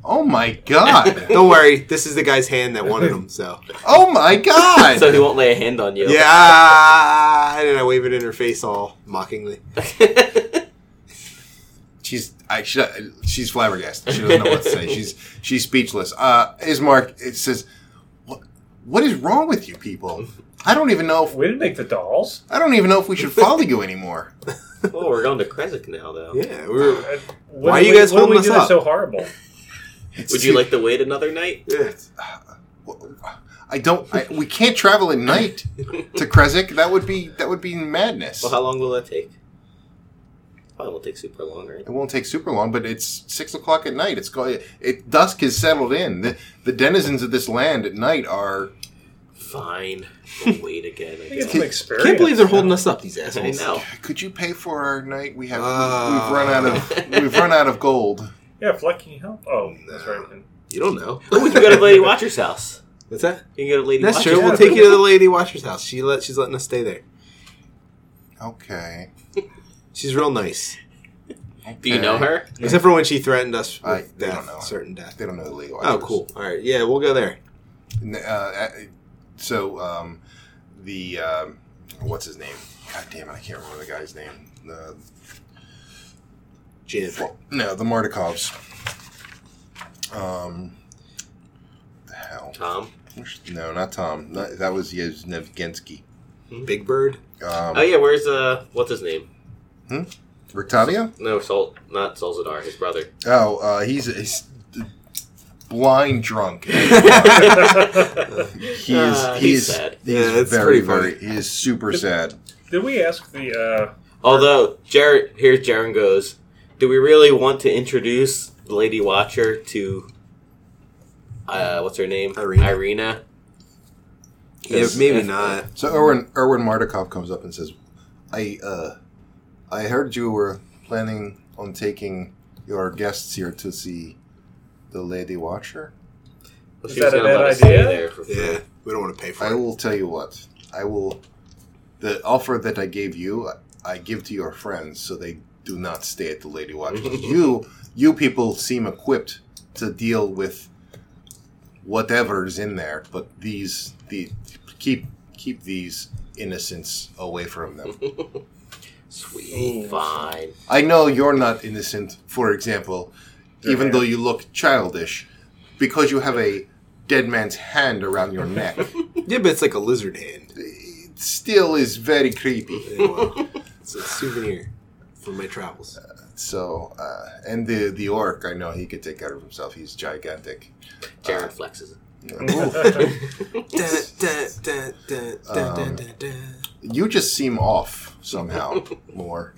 A: oh my god,
C: Don't worry, this is the guy's hand that wanted them. So
A: oh my god.
D: so he won't lay a hand on you.
C: yeah, and I wave it in her face all mockingly.
A: She's I she, she's flabbergasted. She doesn't know what to say. She's she's speechless. Uh, Ismark it says, what, "What is wrong with you people? I don't even know. If,
B: We didn't make the dolls.
A: I don't even know if we should follow you anymore."
D: oh, we're going to Kresik now, though.
C: Yeah, we were.
B: Uh,
C: Why
B: did
C: you
B: we-
C: guys
B: what did
C: holding
B: we do
C: us
B: that's
C: up?
B: so horrible?
D: Would you like to wait another night?
C: Yeah.
A: I don't. I, we can't travel at night to Kresik. That would be that would be madness.
D: Well, how long will that take? Probably won't take super long, right?
A: It won't take super long, but it's six o'clock at night. It's going. It dusk has settled in. The, the denizens of this land at night are.
D: Fine. We'll wait again. I
B: I think it's
D: guess.
B: an experience.
C: Can't believe they're holding us up, these
D: I
C: assholes.
D: know.
A: Could you pay for our night? We have.
C: Ah.
A: we've run out of. We've run out of gold.
B: Yeah, Fleck, can you help? Oh, that's right.
C: You don't know.
D: Oh, we can go to Lady Watcher's house.
C: What's that?
D: You can go to Lady
C: That's
D: Watcher's
C: true. We'll
D: house.
C: take you to the lady watcher's house. She let she's letting us stay there.
A: Okay.
C: She's real nice,
D: Do you know
A: okay.
D: her?
C: except for when she threatened us with
A: I- they
C: death,
A: don't know.
C: certain death.
A: They don't know the legal.
C: Oh,
A: hours.
C: cool. All right, yeah, we'll go there.
A: N- Uh, so, um, the um, what's his name? God damn it, I can't remember the guy's name. The
C: Jim.
A: no, the Mardikovs. Um, the hell?
D: Tom.
A: No, not Tom. Not- that was Yevgensky.
C: Big Bird.
A: Um,
D: Oh yeah, where's uh, what's his name?
A: Rictavia?
D: No, Sol, not Solzadar, his brother.
A: Oh, uh, he's, he's blind drunk. He is.
D: Ah,
A: he
D: he's
A: is.
D: sad.
A: He's
C: Yeah, that's
A: very,
C: pretty funny.
A: very. He is super sad.
B: Did we ask the? uh,
D: Although Jared, here's Jaren goes. Do we really want to introduce Lady Watcher to uh, what's her name?
C: Irina.
D: Irina.
C: Yeah,
D: Yes.
C: maybe
D: Yes.
C: not.
A: So Erwin Erwin Mardikov comes up and says, "I uh, I heard you were planning on taking your guests here to see the Lady Watcher.
D: Well,
B: Is
D: she was
B: that a
D: gonna let
B: bad
D: us stay
B: idea?
D: there for free.
C: Yeah, we don't want to pay for
A: I
C: it.
A: will tell you what. I will. The offer that I gave you, I give to your friends, so they do not stay at the Lady Watcher. you you people seem equipped to deal with whatever's in there, but these the keep keep these innocents away from them."
D: Sweet.
B: Ooh.
D: Fine.
A: I know you're not innocent, for example, even
B: man.
A: though you look childish, because you have a dead man's hand around your neck.
C: Yeah, but it's like a lizard hand.
A: it still is very creepy.
C: Yeah, well, it's a souvenir from my travels.
A: So, uh, and the the orc, I know he could take care of himself. He's gigantic.
C: Uh.
D: Jared flexes.
A: Ooh.
B: Uh,
C: Dun, dun, dun, dun, dun, dun, dun, dun.
A: you just seem off somehow more.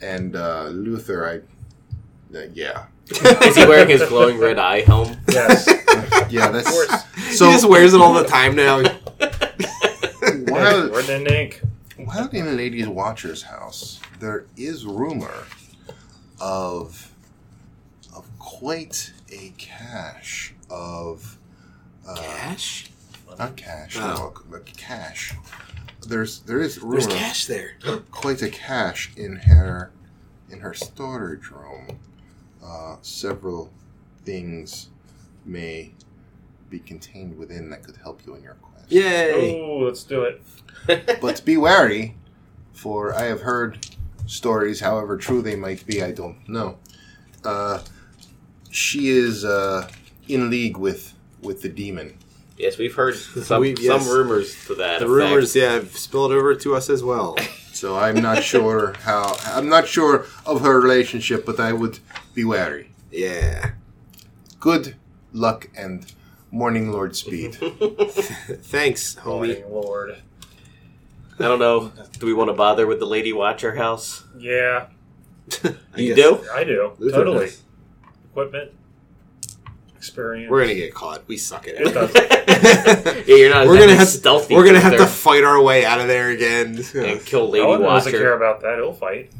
A: And uh, Luther, I, uh, yeah,
D: Is he wearing his glowing red eye helm?
B: yes, of
A: yeah, that's
B: course.
A: so.
C: he just wears it all the time now.
A: Wow.
B: Jordan and Nick.
A: Well, in Lady Watcher's house, there is rumor of of quite a cache of uh,
C: Cash?
A: not cash,
C: Oh.
A: no, but cash. There's there is rumor
C: There's
A: of
C: cash there.
A: quite a cache in her in her storage room. Uh, several things may be contained within that could help you in your quest.
C: Yay!
B: Oh, let's do it.
A: But be wary, for I have heard stories, however true they might be, I don't know. Uh, she is uh, in league with with the demon.
D: Yes, we've heard some
C: We've- yes.
D: some rumors to that.
C: The
D: effect.
C: rumors, yeah, have spilled over to us as well.
A: So I'm not sure how. I'm not sure of her relationship, but I would be wary.
C: Yeah.
A: Good luck and morning, Lord Speed.
C: Thanks, homie.
B: Morning, Lord.
D: I don't know. Do we want to bother with the Lady Watcher house?
B: Yeah,
C: I
D: you
C: guess.
D: do?
B: I do
C: Luther
B: totally.
C: does.
B: Equipment. experience.
C: We're gonna get caught. We suck at
B: It
C: it.
B: does. it
D: Yeah, you're not.
C: we're gonna
D: exactly
C: have
D: stealthy.
C: We're gonna have to
D: either.
C: fight our way out of there again.
D: and kill
B: I
D: Lady
B: wouldn't really care
D: Watcher.
B: about that. He'll fight.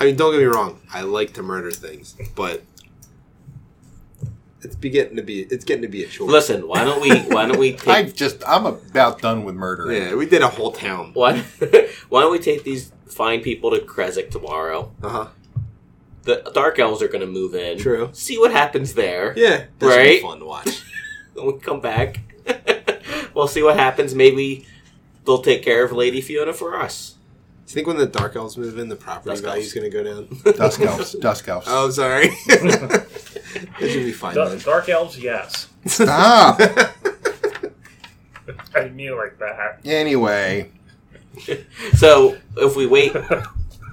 C: I mean, don't get me wrong. I like to murder things, but it's be getting to be it's getting to be a chore.
D: Listen, why don't we? Why don't we take?
A: I've just I'm about done with murder.
C: yeah, we did a whole town.
D: Why, why don't we take these fine people to Kresik tomorrow?
C: Uh huh.
D: The Dark Elves are going to move in.
C: True.
D: See what happens there.
C: Yeah, that should be
D: Right?
C: Fun to watch.
D: When we come back, we'll see what happens. Maybe they'll take care of Lady Fiona for us.
C: Do you think when the dark elves move in, the property
D: Dusk
C: value's going to go down?
A: Dusk elves. Dusk elves.
C: oh, I'm sorry. that should be fine.
B: Da-
C: Then.
B: Dark elves, yes.
A: Stop.
B: I didn't mean it like that.
A: anyway,
D: So if we wait,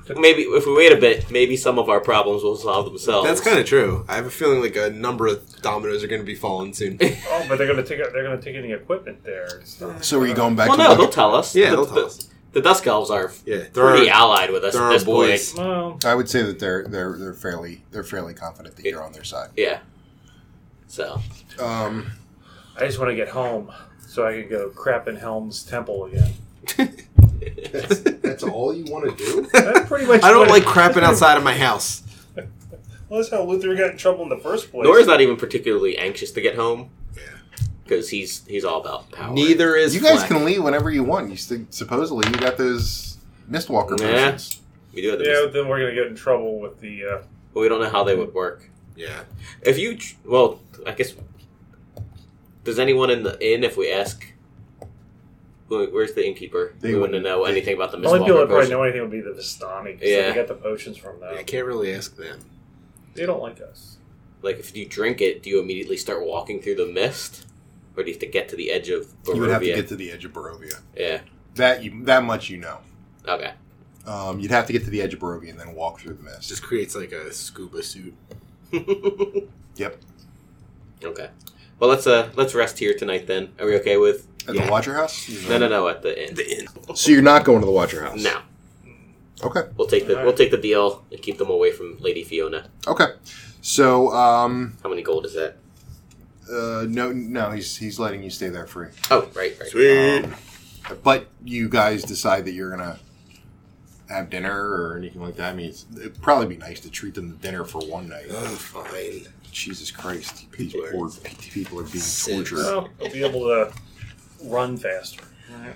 D: maybe if we wait a bit, maybe some of our problems will solve themselves.
C: That's kind of true. I have a feeling like a number of dominoes are going to be falling soon.
B: Oh, but they're gonna take they're gonna take any equipment there. and stuff.
A: so are you going back
D: Well,
A: to
D: no,
A: look-
D: they'll tell us.
C: Yeah,
D: the,
C: they'll tell
D: the-
C: us.
D: The Dusk Elves are
C: Yeah, there are,
D: pretty allied with us
C: there
D: at
C: are
D: this point.
C: boys.
B: Well,
A: I would say that they're they're they're fairly they're fairly confident that you're on their side.
D: Yeah. So
A: Um,
B: I just want to get home so I can go crap in Helm's Temple again.
G: That's all you want to do?
B: That's pretty much.
C: I don't
B: what-
C: like crapping outside of my house.
B: Well, that's how Luther got in trouble in the first place.
D: Nora's not even particularly anxious to get home because he's he's all about power.
C: Neither is
A: you guys
C: Fleck.
A: can leave whenever you want. You st- supposedly you got those mistwalker
D: Nah.
A: potions.
D: we do have the
B: Yeah, but then we're gonna get in trouble with the. Uh,
D: but we don't know how they would work.
C: Yeah,
D: If you tr- well, I guess does anyone in the inn if we ask? who- Where's the innkeeper?
A: They
D: we wouldn't
A: wouldn't-
D: know
A: they-
D: anything about the
B: the only
D: Mistwalker
B: people that probably
D: person.
B: know anything would be the Vistani. Yeah,
D: Yeah.
B: they got the potions from them.
C: I can't really ask them.
B: They don't like us.
D: Like if you drink it, do you immediately start walking through the mist, or do you have to get to the edge of Barovia?
A: You would have to get to the edge of Barovia.
D: yeah.
A: That you that much you know.
D: Okay.
A: Um, you'd have to get to the edge of Barovia and then walk through the mist.
C: Just creates like a scuba suit.
A: yep.
D: Okay. Well, let's uh let's rest here tonight then. Are we okay with?
A: At the Watcher House.
D: No, no, no. At the inn. The inn.
A: So you're not going to the Watcher House.
D: No.
A: Okay.
D: We'll take the we'll take the deal and keep them away from Lady Fiona.
A: Okay. So um,
D: How many gold is that?
A: uh, no, no, he's he's letting you stay there free.
D: Oh, right, right.
A: Um, but you guys decide that you're gonna have dinner or anything like that. I mean, it's, it'd probably be nice to treat them to dinner for one night.
C: Oh, fine.
A: Jesus Christ, these
C: People are-
A: poor p- people are being
C: Sims.
A: tortured.
B: Well, they'll be able to run faster.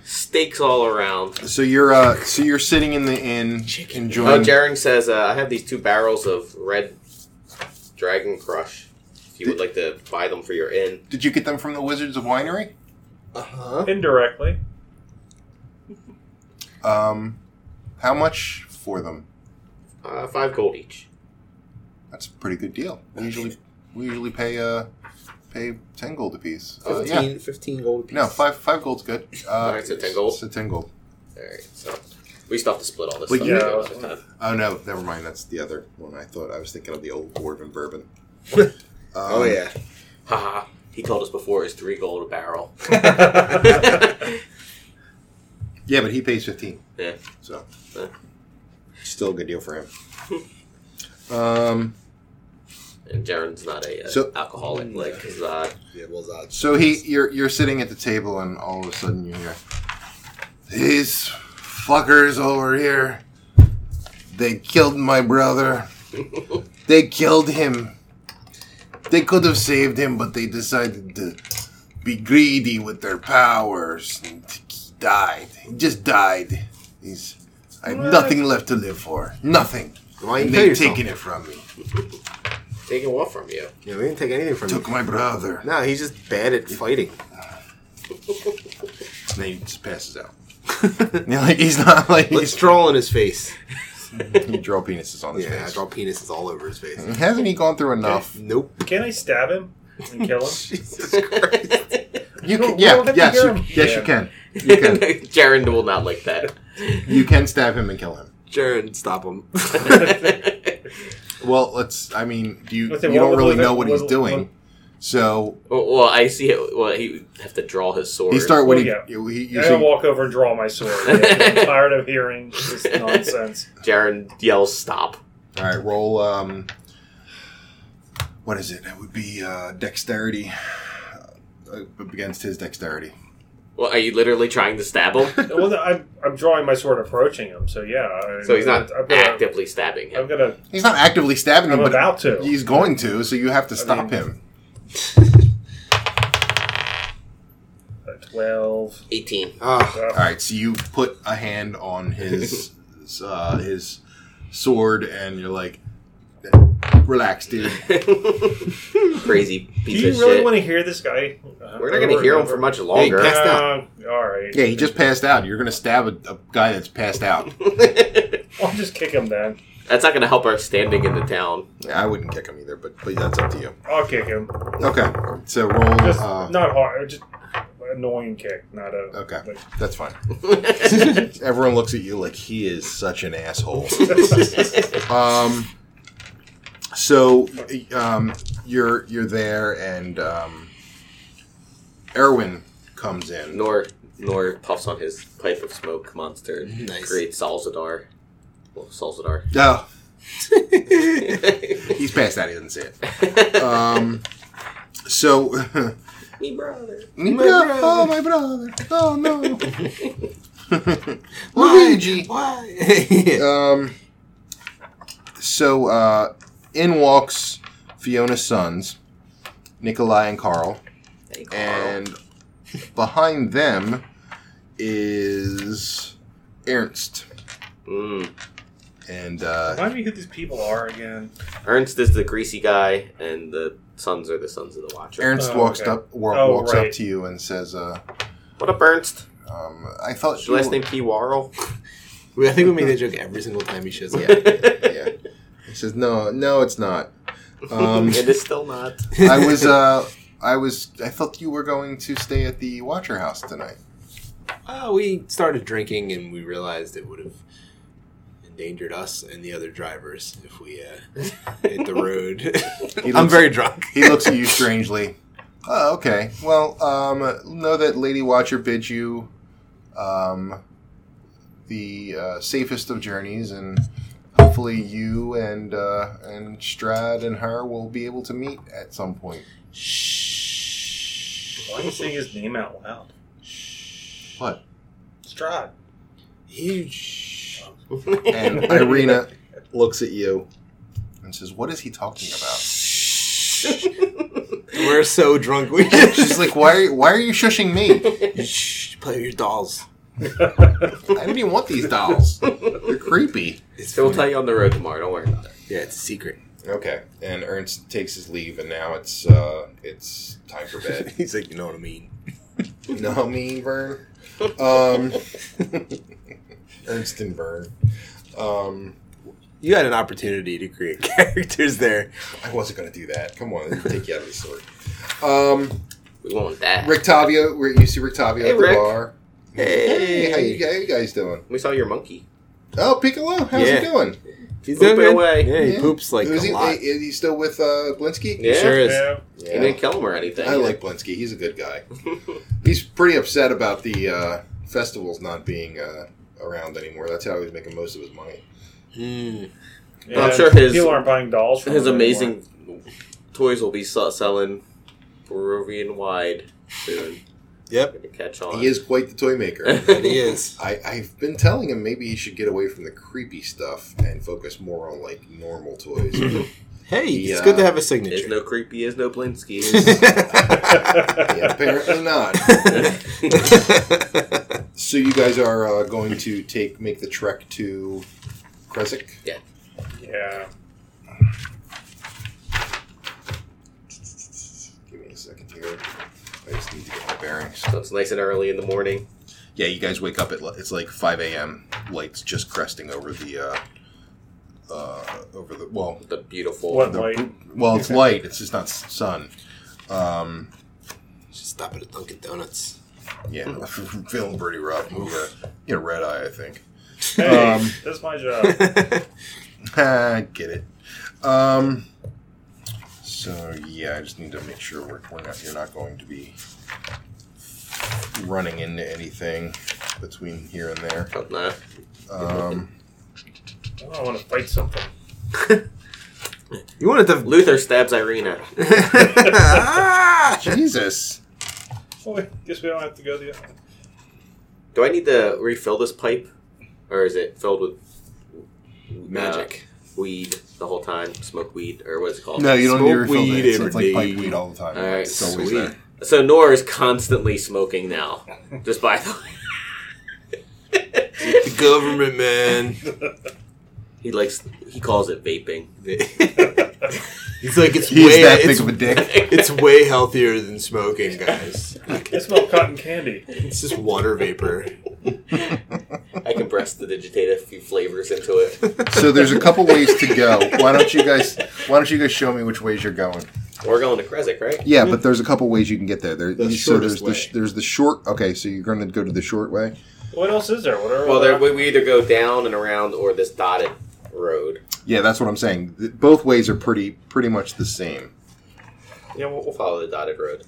D: Stakes all around.
A: So you're uh, so you're sitting in the inn,
D: Oh,
A: enjoying.
D: Jaren says uh, I have these two barrels of red Dragon Crush. If you would like to buy them for your inn,
A: Did you get them from the Wizards of Winery?
C: Uh huh.
B: Indirectly,
A: Um, how much for them?
D: uh, five gold each.
A: That's a pretty good deal. We usually we usually pay uh pay ten gold apiece. Uh,
C: 15,
A: yeah,
C: 15 gold apiece.
A: no, five five gold's good. Uh,
D: Alright, so 10 gold.
A: So ten gold.
D: All right, so we still have to split all this.
A: Well,
D: stuff.
A: you-
D: Yeah, all the time.
A: Oh no, never mind. That's the other one. I thought I was thinking of the old dwarven bourbon. Um,
C: Oh yeah.
D: Haha. He told us before it's three gold a barrel.
A: yeah, but he pays fifteen,
D: yeah.
A: so
D: Yeah.
A: still a good deal for him. um,
D: And Jaren's not a uh,
A: So- Mm.
D: alcoholic like Zod.
C: Yeah, well, that's
A: so he, you're you're sitting at the table, and all of a sudden you hear these fuckers over here. They killed my brother. they killed him. They could have saved him, but they decided to be greedy with their powers. And he died. He just died. He's. I have nothing left to live for. Nothing.
C: Why you
A: And
C: kill
A: they've
C: yourself?
A: taken it from me.
D: Taking what from you?
C: Yeah, we didn't take anything from
A: Took
C: him.
A: my brother.
C: No, he's just bad at fighting.
A: And then he just passes out. You know, like he's not like
C: Let's
A: he's
C: draw on his face.
A: he draw penises on his
C: Yeah, I
A: face.
C: draw penises all over his face.
A: Hasn't he gone through enough?
C: Nope.
B: can I stab him and kill him?
C: Jesus Christ.
A: You
B: don't-
A: can,
B: we
A: yeah,
B: don't have to
A: yes,
B: hear
A: you,
B: him.
A: yes,
B: Yeah.
A: you can. You can.
D: Jaren will not like that.
A: You can stab him and kill him.
C: Jaren, stop him.
A: Well, let's. I mean, do you
B: Let's say
A: you
B: one
A: don't
B: with
A: really
B: the-
A: know what he's
B: one-
A: doing,
B: one-
A: so
D: well, well, I see it. Well, he would have to draw his sword.
A: he start when
B: Oh,
A: he,
B: yeah.
A: you- he
B: I'm gonna
A: usually
B: walk over and draw my sword. I'm tired of hearing this nonsense.
D: Jaren yells, "Stop!"
A: all right roll. Um,
H: what is it? It would be uh, dexterity uh, against his dexterity.
D: Well, are you literally trying to stab him?
B: Well, no, I'm, I'm drawing my sword, approaching him. So yeah. I,
D: so he's not
B: I'm gonna,
D: actively stabbing
B: I'm
D: him.
B: gonna.
H: He's not actively stabbing him,
B: I'm
H: but
B: about to.
H: he's going to. So you have to stop
B: mean-
H: him.
B: a Twelve.
D: 18.
C: Ah,
B: Uh,
H: All right. So you put a hand on his uh, his sword, and you're like, "Relax, dude."
B: do
D: Crazy piece
B: you
D: of
B: really
D: shit.
B: want to hear this guy? Uh,
D: We're not going to hear him for much longer.
C: Hey, Passed
B: Uh, all right.
H: Yeah, he just passed out. You're gonna stab a, a guy that's passed out.
B: I'll just kick him then.
D: That's not going to help our standing in the town.
H: I wouldn't kick him either, but but that's up to you.
B: I'll kick him.
H: Okay. So roll.
B: Just
H: uh,
B: not hard. Just annoying kick. Not a.
H: Okay.
B: like-
H: That's fine. Everyone looks at you like he is such an asshole. um, so um, you're you're there, and um, Erwin comes in.
D: Nor Nor puffs on his pipe of smoke monster and
F: Nice.
D: creates Salzadar. Well, Salzadar.
H: Oh, he's past that. He doesn't say it. Um, so.
D: Me brother.
H: My Oh, my brother! Oh no, Luigi!
C: why?
H: Um, so uh, in walks Fiona's sons, Nikolai and Carl,
D: Hey, Carl.
H: and behind them is Ernst,
D: Mm.
H: and uh,
B: Remind me who these people are again.
D: Ernst is the greasy guy, and the sons are the sons of the Watcher.
H: Ernst
B: Oh,
H: walks
B: okay.
H: up wa-
B: Oh,
H: walks up
B: right.
H: to you and says, uh,
D: What up, Ernst?
H: um, "I thought
D: Is your last
H: you-
D: name P. Warrell?
C: I think we made that joke every single time he shows up.
H: Yeah. He says, "No, no, it's not." Um,
D: it is still not.
H: I was, uh, I was, I thought you were going to stay at the Watcher House tonight.
C: Well, Ah, we started drinking and we realized it would have endangered us and the other drivers if we uh, hit the road.
H: He
C: I'm
H: looks-
C: very drunk.
H: He looks at you strangely. Oh, okay. Well, um, know that Lady Watcher bids you um, the uh, safest of journeys, and hopefully you and uh, and Strad and her will be able to meet at some point.
B: Why are you saying his name out loud?
H: What?
B: Strahd.
C: Huge.
H: And Irina looks at you and says, "What is he talking about?"
C: We're so drunk. We just
H: She's like, "Why? Are you, why are you shushing me?
C: Shh, play with your dolls.
H: I don't even want these dolls. They're creepy."
C: It's
D: So we'll tell you on the road tomorrow. Don't worry about it.
C: Yeah, it's a secret.
A: Okay, and Ernst takes his leave, and now it's uh, it's time for bed.
C: He's like, you know what I mean.
A: no, I mean Vern. Um, Ernst and Vern. Um,
C: You had an opportunity to create characters there.
A: I wasn't gonna do that. Come on, it'll take you out of the story. Um,
D: We won't that.
A: Ricktavio, where you see Ricktavio
D: Hey,
A: at the
D: Rick.
A: bar.
D: Hey.
A: how you, how you guys doing?
D: We saw your monkey.
A: Oh, Piccolo, how's
C: Yeah.
A: he doing?
C: He's
D: Poop
C: doing
D: it
C: good.
D: away.
C: Yeah, he
H: Yeah.
C: poops like
A: is,
C: a
A: he,
C: lot.
A: is he still with uh, Blinsky?
D: Yeah.
C: Sure is.
B: Yeah.
D: You didn't kill him or anything.
A: I like Blinsky. He's a good guy. He's pretty upset about the uh, festivals not being uh, around anymore. That's how he's making most of his money.
C: Mm.
B: Yeah,
D: I'm sure his-
B: people aren't buying dolls. From
D: His
B: him
D: amazing
B: anymore.
D: toys will be sell- selling Peruvian wide soon.
C: Yep.
D: Gonna Catch on.
A: He is quite the toy maker.
C: He is.
A: I, I've been telling him maybe he should get away from the creepy stuff and focus more on like normal toys.
C: Hey, it's
A: Yeah.
C: good to have a
D: Is
C: signature.
D: no creepy, is no Blinsky.
A: yeah, apparently not. So you guys are uh, going to take make the trek to Kresik.
B: Yeah.
A: Give me a second here. I just need to get my bearings.
D: so it's nice and early in the morning.
A: Yeah, you guys wake up at li- it's like five a.m. Lights just cresting over the uh, uh, over the well
D: The beautiful.
B: What light?
A: Well, it's light. It's just not s- sun. Um,
C: Just stop at a Dunkin' Donuts.
A: yeah, I'm feeling pretty rough. Move a you know, red eye, I think.
B: Hey,
A: Um,
B: that's my job.
A: I get it. Um, so yeah, I just need to make sure we're, we're not you're not going to be running into anything between here and there.
D: Oh, nah.
A: Um,
B: I want to fight something.
C: You wanted to.
D: Luther stabs Irina.
C: Ah!
A: Jesus.
B: Oh, I guess we don't have to go the other way.
D: Do I need to refill this pipe, or is it filled with
C: Magic.
D: weed the whole time? Smoke weed, or what is it called?
A: No, you don't need to
C: Smoke
A: refill
C: weed
A: that. It's, it's like
C: every
A: pipe
C: day.
A: weed all the time.
D: All right,
A: it's always there.
D: So Nora is constantly smoking now, just by the way.
C: The government, man.
D: he likes. He calls it vaping.
C: He's like, it's
A: He's
C: way,
A: that
C: it's,
A: big of a dick.
C: it's way healthier than smoking, guys.
B: I smell cotton candy.
C: It's just water vapor.
D: I compressed the digitate a few flavors into it.
A: so there's a couple ways to go. Why don't you guys? Why don't you guys show me which ways you're going?
D: We're going to Kresik, right?
A: Yeah, but there's a couple ways you can get there. There,
C: The
A: so
C: shortest
A: there's the sh-
C: way.
A: there's the short. Okay, so you're going to go to the short way.
B: What else is there? What are uh,
D: Well, there, we we either go down and around or this dotted road.
A: Yeah, that's what I'm saying. Th- Both ways are pretty pretty much the same.
D: Yeah, we'll, we'll follow the dotted road.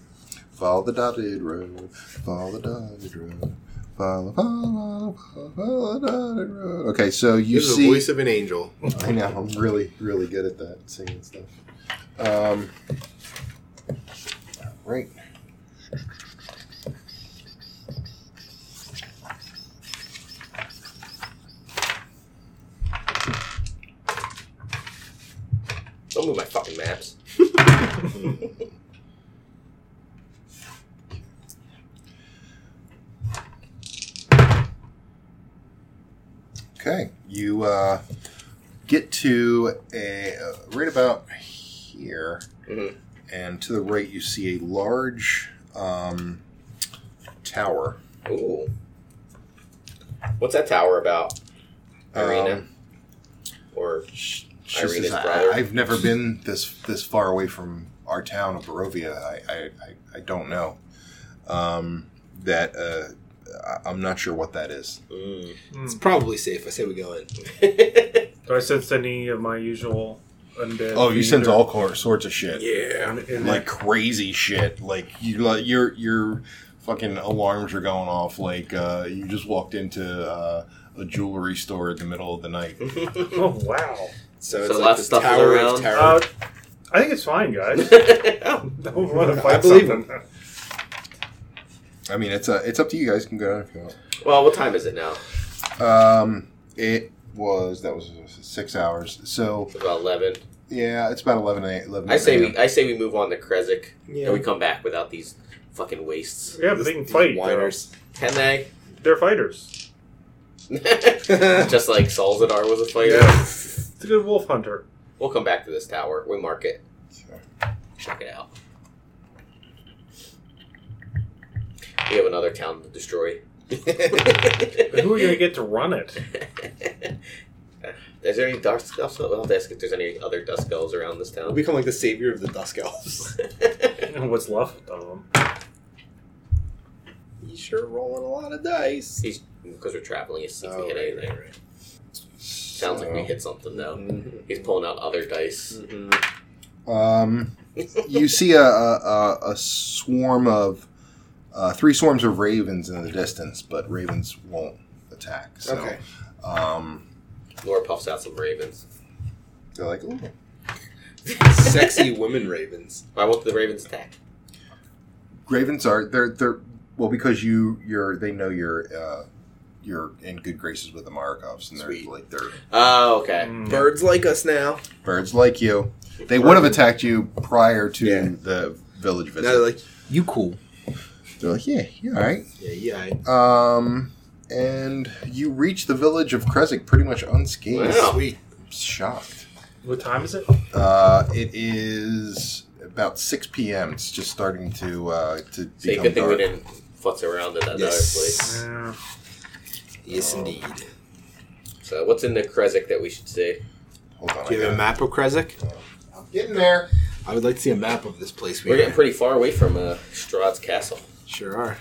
A: Follow the dotted road. Follow the dotted road. Follow, follow, follow, follow the dotted road. Okay, so you
C: This is
A: see.
C: the voice of an angel.
A: I know. I'm really, really good at that singing stuff. Um, right.
D: Don't move my fucking maps.
A: Okay. You uh, get to a uh, right about here,
D: Mhm.
A: and to the right you see a large um, tower.
D: Ooh. What's that tower about? Irina
A: Um,
D: or
A: Sh-
D: Irina's
A: she says,
D: brother.
A: I, I've never been this this far away from our town of Barovia. I I, I, I don't know. Um, that uh, I- I'm not sure what that is.
D: Mm.
C: It's probably safe. I say we go in.
B: Do I sense any of my usual undead?
A: Oh, you
B: feed
A: sense
B: or-
A: all cor- sorts of shit,
C: Yeah.
B: in- in
A: like crazy shit. Like you, like your your fucking alarms are going off. Like uh, you just walked into uh, a jewelry store in the middle of the night.
B: there. Oh wow!
C: So,
D: So
C: it's
D: lots
C: like
D: of
C: the
D: stuff
C: tower
D: around.
C: of terror.
B: Uh, I think it's fine, guys.
D: Oh.
B: Don't want to fight
C: believe
B: something.
A: I mean, it's uh, it's up to you guys. You can go down if you want.
D: well, what time is it now?
A: Um, it was that was six hours. So
D: It's about eleven.
A: yeah, it's about eleven a. 11
D: I say
A: a.m.
D: we I say we move on to Kresik
C: yeah.
D: and we come back without these fucking wastes.
B: Yeah, but
C: This-
B: they can
C: these
B: fight. They're,
C: whiners.
D: Can they?
B: they're fighters.
D: Just like Solzadar was a fighter.
B: It's a good wolf hunter.
D: We'll come back to this tower. We mark it. Check it out. We have another town to destroy.
B: But who are you gonna get to run it?
D: Is there any dark skulls? I'll have to ask if there's any other dust skulls around this
C: We'll
D: town.
C: become like the savior of the Dusk Elves.
B: What's left of them?
C: you sure rolling a lot of dice.
D: He's because we're traveling. He's see if we
C: Oh,
D: hit
C: right,
D: anything. Sounds like we hit something though.
C: Mhm.
D: He's pulling out other dice.
C: Mhm.
A: Um,
B: Mm.
A: you see a, a, a- a swarm of uh, three swarms of ravens in the distance, but ravens won't attack. So,
C: Okay.
A: Um,
D: Laura puffs out some ravens.
A: they're like, Ooh.
C: Sexy women ravens.
D: Why won't the ravens attack?
A: ravens are they're they're well because you you're they know you're uh, you're in good graces with the Marikovs, and they're
C: Sweet.
A: like they're
D: Oh, okay.
B: Mm.
C: Birds like us now.
A: birds like you. They would have attacked you prior to
C: Yeah.
A: the village
C: Now
A: visit.
C: they're like, you cool.
A: they're like, yeah, you're all right.
C: Yeah, yeah.
A: Um, and you reach the village of Kresik pretty much unscathed.
D: Wow.
C: Sweet.
A: Shocked.
B: What time is it?
A: Uh, it is about 6 p.m. It's just starting to uh, to
D: See,
A: become
D: good thing we
A: dark.
D: didn't futz around at that other
C: Yes.
D: place.
B: Yeah.
C: Yes, indeed.
D: So, what's in the Kresik that we should see?
A: Hold on,
C: Do you
A: I
C: have
A: gotta-
C: a map of Kresik?
A: I'm getting there.
C: I would like to see a map of this place. We
D: We're
C: are.
D: getting pretty far away from uh, Strahd's castle.
C: sure are.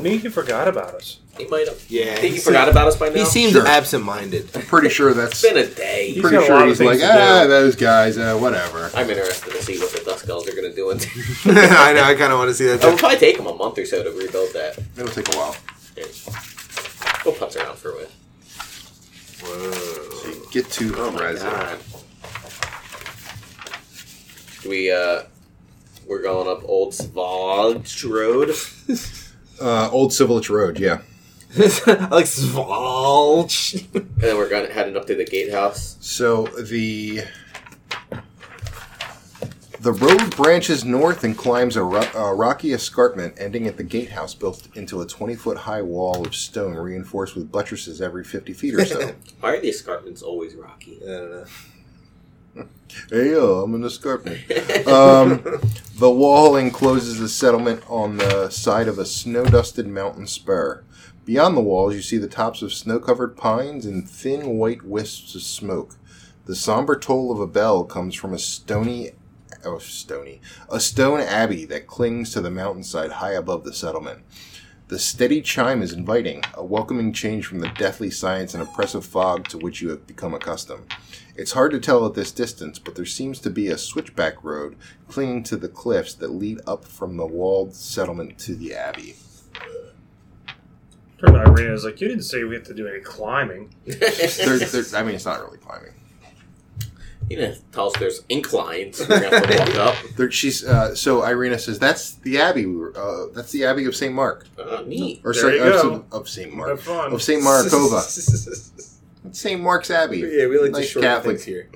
B: Maybe you forgot about us.
D: He might have.
C: Yeah.
D: I think he
C: he
D: forgot about us by now.
C: He seems
A: Sure.
C: absent-minded.
A: I'm pretty sure that's.
D: It's been a day.
B: got
A: pretty
B: a
A: sure
B: lot of
A: he's
B: things
A: like,
B: to
A: ah,
B: do."
A: those guys, uh, whatever.
D: I'm interested to see what the Dusk Elves are going to do. And it
C: I know. I kind of want to see that.
D: will
C: Too.
D: probably take him a month or so to rebuild that.
A: It'll take a while.
D: We'll putz around for a bit.
C: Whoa.
B: Oh
A: uh, Get to Kresik.
D: God. We uh, we're going up Old Svog Road.
A: Uh, Old Civilich Road, yeah.
D: I like Svalch. and then we're gonna heading up to the gatehouse.
A: So the the road branches north and climbs a, ro- a rocky escarpment, ending at the gatehouse built into a twenty foot high wall of stone, reinforced with buttresses every fifty feet or so.
D: Why are the escarpments always rocky?
A: I don't know. Hey yo, I'm an escarpment. Um, the wall encloses the settlement on the side of a snow dusted mountain spur. Beyond the walls, you see the tops of snow covered pines and thin white wisps of smoke. The somber toll of a bell comes from a stony, oh, stony, a stone abbey that clings to the mountainside high above the settlement. The steady chime is inviting, a welcoming change from the deathly silence and oppressive fog to which you have become accustomed. It's hard to tell at this distance, but there seems to be a switchback road clinging to the cliffs that lead up from the walled settlement to the abbey.
B: Turned to Irene. I was like, "You didn't say we have to do any climbing."
A: There, there, I mean, it's not really climbing.
D: You didn't tell us there's inclines. We're gonna have to walk up.
A: There, she's uh, so Irina says that's the abbey. We were, uh, that's the abbey of Saint Mark,
D: Uh, neat.
A: or
B: There
A: sorry,
B: you
A: of,
B: go.
A: Saint- of Saint Mark,
B: Have fun.
A: of Saint Markova, It's Saint Mark's Abbey.
C: yeah, we like to
A: Nice
C: short
A: Catholic.
C: things here.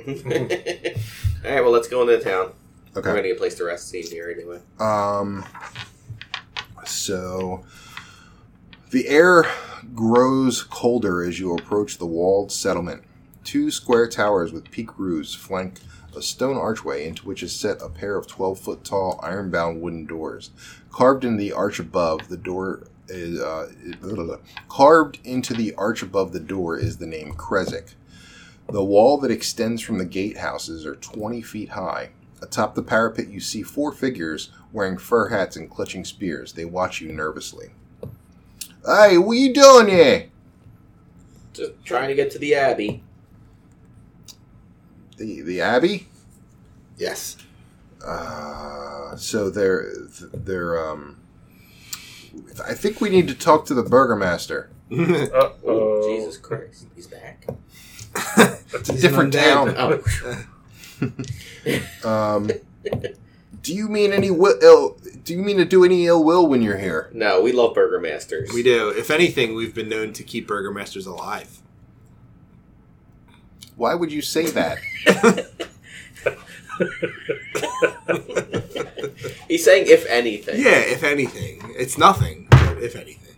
D: All right. Well, let's go into the town. We're
A: Okay.
D: gonna get a place to rest soon here anyway.
A: Um, so the air grows colder as you approach the walled settlement. Two square towers with peak roofs flank a stone archway into which is set a pair of 12 foot tall iron bound wooden doors. Carved in the arch above the door is. Uh, blah, blah, blah. Carved into the arch above the door is the name Kresik. The wall that extends from the gatehouses are 20 feet high. Atop the parapet, you see four figures wearing fur hats and clutching spears. They watch you nervously. Hey, what you doing here?
D: Just trying to get to the abbey.
A: The the abbey? Yes. Uh, so they're they're um. I think we need to talk to the burgomaster.
B: Uh
D: Oh,
B: oh,
D: Jesus Christ! He's back.
A: It's a different town.
D: Oh,
A: Um, do you mean any will? Ill, do you mean to do any ill will when you're here?
D: no, we love Burger Masters.
C: We do. If anything, we've been known to keep burgermasters alive.
A: Why would you say that?
D: He's saying if anything.
C: Yeah, if anything, it's nothing. But if anything,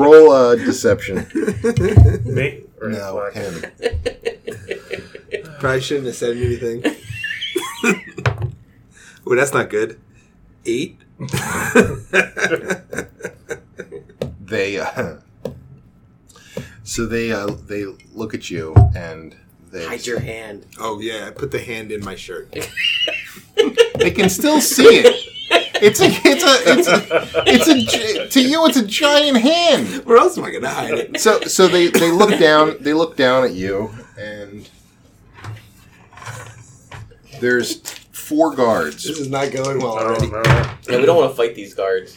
A: Roll uh, deception.
B: me or
A: No,
B: Black?
A: him.
C: probably shouldn't have said anything. oh, that's not good. Eight.
A: They uh, so they uh, they look at you and they
D: Hide your hand.
C: oh yeah, I put the hand in my shirt.
A: they can still see it. It's a it's a it's a, it's a gi- to you it's a giant hand.
C: Where else am I gonna hide it?
A: So so they they look down they look down at you and there's four
C: This
A: guards.
C: is not going well
B: Oh,
C: already.
B: no.
D: Yeah, we don't want to fight these guards.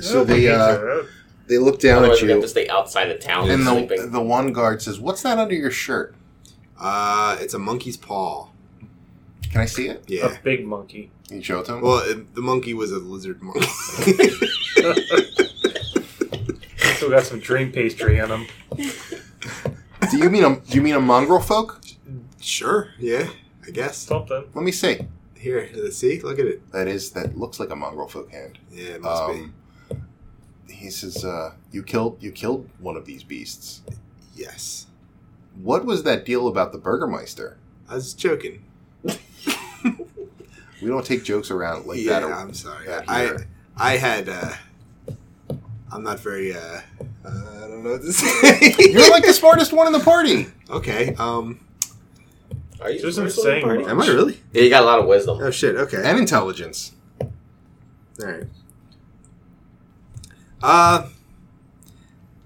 A: So
B: I don't
A: they
B: think
A: uh,
B: so.
A: they look down
D: Otherwise,
A: at
D: we have
A: you
D: to stay outside of town
A: and the
D: sleeping.
A: the one guard says, "What's that under your shirt?
C: Uh, it's a monkey's paw.
A: Can I see it?"
C: Yeah.
B: a big monkey.
A: You show it to him.
C: Well, it, the monkey was a lizard monkey.
B: Still got some dream pastry in him.
A: do you mean a do you mean a mongrel folk?
C: sure. Yeah. I guess.
B: Something.
A: Let me see.
C: Here. See. Look at it.
A: that is that looks like a mongrel folk hand.
C: Yeah. It must
A: Um, he says, uh, "You killed you killed one of these beasts.
C: be. Yes.
A: What was that deal about the Burgermeister?
C: I was joking.
A: We don't take jokes around like
C: yeah,
A: that.
C: I'm sorry.
A: that
C: I
A: here.
C: I had uh I'm not very uh I don't know what to say.
A: You're like the smartest one in the party.
C: okay. Um
D: Are you
B: Just
D: we're still
B: saying
D: in the party?
C: am I really?
D: Yeah, you got a lot of wisdom.
C: Oh shit, okay.
A: And intelligence.
C: All right. Uh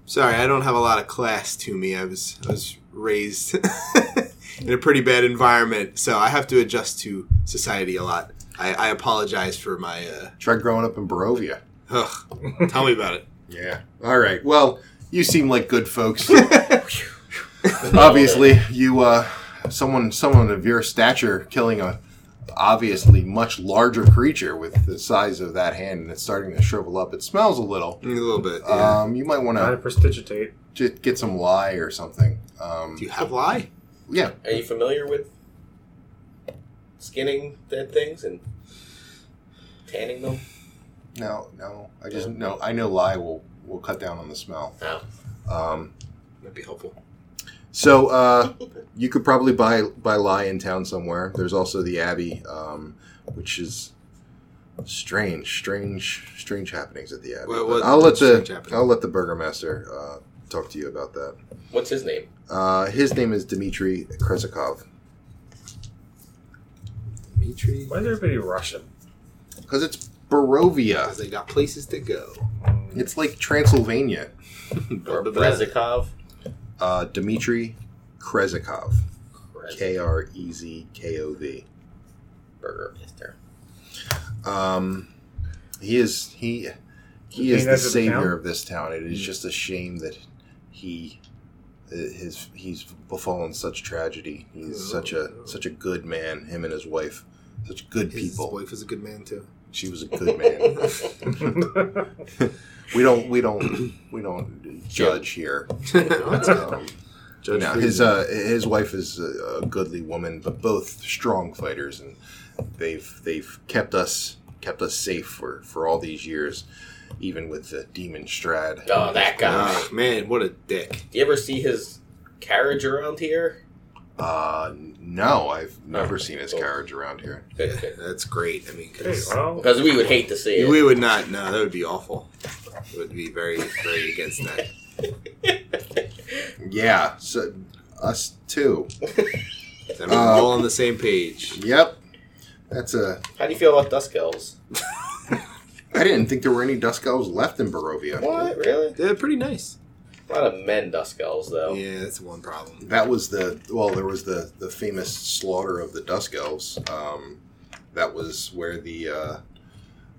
C: Sorry, I don't have a lot of class to me. I was I was raised in a pretty bad environment, so I have to adjust to society a lot. I, I apologize for my uh
A: Try growing up in Barovia.
C: ugh. Tell me about it.
A: Yeah. All right. Well, you seem like good folks. Obviously, you uh, someone someone of your stature killing a obviously much larger creature with the size of that hand and it's starting to shrivel up. It smells a little.
C: A little bit. Yeah.
A: Um, you might want
B: I
A: to
B: prestigitate.
A: just get some lye or something. Um,
C: Do you have lie?
A: yeah,
D: Are you familiar with skinning dead things and tanning them?
A: no, no. I just no. I know lye will will cut down on the smell.
D: No,
A: Um,
D: that'd be helpful.
A: So uh, you could probably buy buy lie in town somewhere. There's also the Abbey, um, which is strange, strange, strange happenings at the Abbey.
C: What-
A: But
C: what-
A: I'll let the
C: strange happenings?
A: I'll let the burgomaster uh, talk to you about that.
D: What's his name?
A: Uh, his name is Dmitry Kresikov
C: Dimitri.
B: Why is everybody Russian?
A: because it's Barovia.
C: Because they got places to go.
A: It's like Transylvania.
D: Or Brezikov?
A: Uh, Dmitry Kresikov,
D: Brez-
A: K R E Z K O V.
D: Burger Mister.
A: Um, he is he he
B: You
A: is
B: think
A: the
B: that's the town?
A: savior of this town. Hmm. It is just a shame that he uh, his he's befallen such tragedy. He's such a such a good man. Him and his wife, such good
C: His
A: people.
C: wife is a good man too.
A: She was a good man. we don't we don't we don't judge here. Um,
C: Judge
A: no,
C: Friedman.
A: his uh, his wife is a, a goodly woman, but both strong fighters, and they've they've kept us kept us safe for, for all these years, even with the demon Strad.
D: Oh, that guy.
C: Ah, man, what a dick.
D: Do you ever see his carriage around here?
A: Uh, no, I've never seen his carriage around here.
C: That's great. I mean, 'cause
B: Okay, well,
D: Because we would hate to see it.
C: we would not. No, that would be awful. It would be very, very against that.
A: Yeah, so us too.
C: I mean, we're all on the same page.
A: Yep, that's a.
D: How do you feel about Dusk Elves?
A: I didn't think there were any Dusk Elves left in Barovia.
D: What? Really?
C: They're pretty nice.
D: A lot of men Dusk Elves, though.
C: Yeah, that's one problem.
A: That was the well. There was the the famous slaughter of the Dusk Elves. Um, that was where the uh,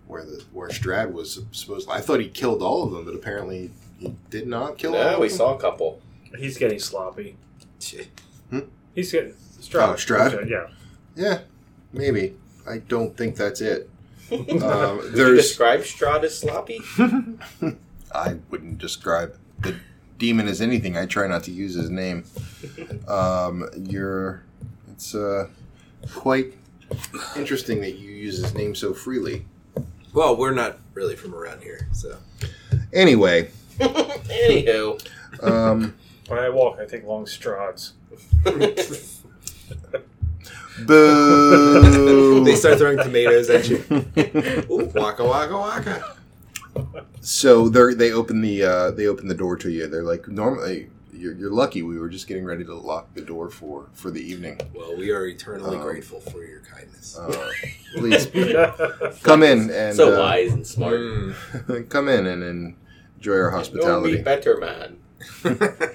A: where the where Strad was supposed. I thought he killed all of them, but apparently he did not kill all.
D: No,
A: of
D: we
A: them.
D: saw a couple.
B: he's getting sloppy.
C: Shit.
B: He's getting Stroud.
A: Oh, Stroud?
B: Okay, yeah.
A: Yeah, maybe. I don't think that's it. um,
D: Did you
A: there's.
D: describe Strahd as sloppy?
A: I wouldn't describe the demon as anything. I try not to use his name. Um, you're. It's uh, quite interesting that you use his name so freely.
C: Well, we're not really from around here, so
A: Anyway,
D: Anywho,
A: um,
B: When I walk, I take long strides.
A: boo.
C: they start throwing tomatoes at you. Ooh, waka waka waka.
A: so they they open the uh, they open the door to you. They're like, normally you're, you're lucky. We were just getting ready to lock the door for for the evening.
C: Well, we are eternally
A: Um,
C: grateful for your kindness.
A: Uh, please
B: That's
A: come in and
D: so
A: uh,
D: wise and smart.
C: Mm.
A: come in and enjoy our
D: No, be
A: hospitality.
D: better, man.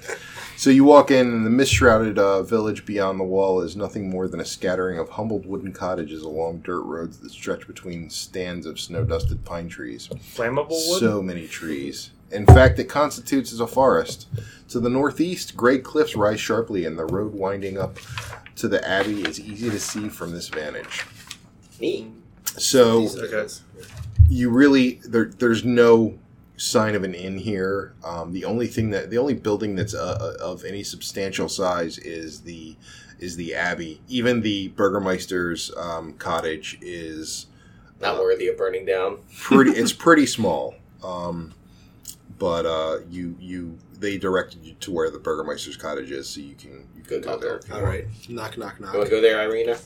A: So you walk in, and the mist shrouded uh, village beyond the wall is nothing more than a scattering of humbled wooden cottages along dirt roads that stretch between stands of snow dusted pine trees.
B: Flammable wood?
A: So many trees. In fact, it constitutes as a forest. To the northeast, gray cliffs rise sharply, and the road winding up to the abbey is easy to see from this vantage.
D: Neat.
A: So
C: These are
B: Okay.
C: guys.
A: you really there, there's no sign of an inn here. Um, the only thing that the only building that's uh, uh, of any substantial size is the is the abbey. Even the burgermeister's um, cottage is Uh,
D: Not worthy of burning down.
A: pretty. it's pretty small. Um, but uh, you you they directed you to where the burgermeister's cottage is, so you can you can
D: Good
A: go there.
C: All right, knock knock knock.
D: You want to go there, Irina?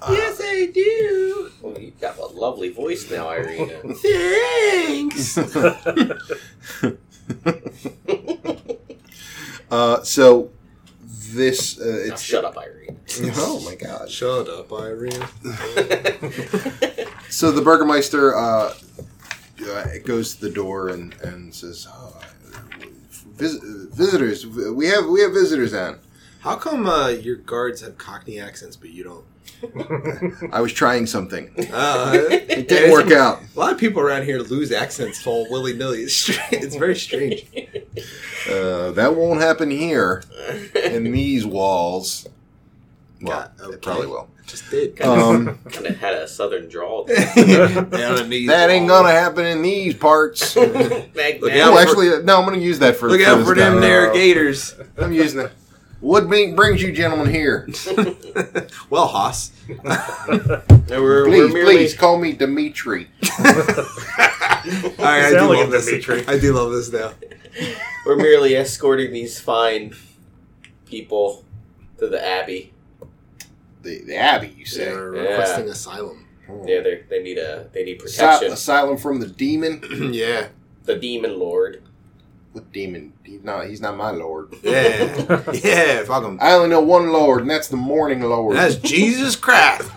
A: Uh,
D: I do. Well, you've got a lovely voice now, Irina.
C: Thanks.
A: uh, so this uh,
D: now,
A: it's
D: shut up, Irina.
A: oh my gosh.
C: Shut up, Irene.
A: So the burgermeister uh, uh, goes to the door and, and says, oh, vis- "Visitors, we have we have visitors." Anne.
C: How come uh, your guards have Cockney accents, but you don't?
A: I was trying something.
C: Uh,
A: It didn't work out.
C: A lot of people around here lose accents all willy nilly. It's, str- it's very strange.
A: Uh, that won't happen here in these walls. Well,
C: God,
A: it probably will.
C: Just did.
A: Um,
D: Kind of had a southern drawl.
C: Down on knees.
A: that ain't gonna happen in these parts.
D: Look
C: out
A: Oh, actually, no. I'm gonna use that for
C: Look out for
A: this
C: them
A: guy.
C: there gators.
A: I'm using it. What bring- brings you gentlemen here?
C: Well, Haas.
D: we're,
A: Please,
D: we're merely,
A: please call me Dimitri.
C: All right, I
B: Sound
C: do
B: like
C: love
B: a
C: this.
B: Dimitri.
C: I do love this now.
D: we're merely escorting these fine people to the abbey.
A: The, the Abbey, you say? Oh.
C: They're requesting asylum.
D: Yeah, they they need a they need
A: Asy-
D: protection.
A: asylum from the demon.
C: yeah.
D: The demon lord.
A: What demon? He's not. He's not my lord.
C: Yeah. yeah. Fuck them.
A: I only know one lord, and that's the Morning Lord.
C: That's Jesus Christ.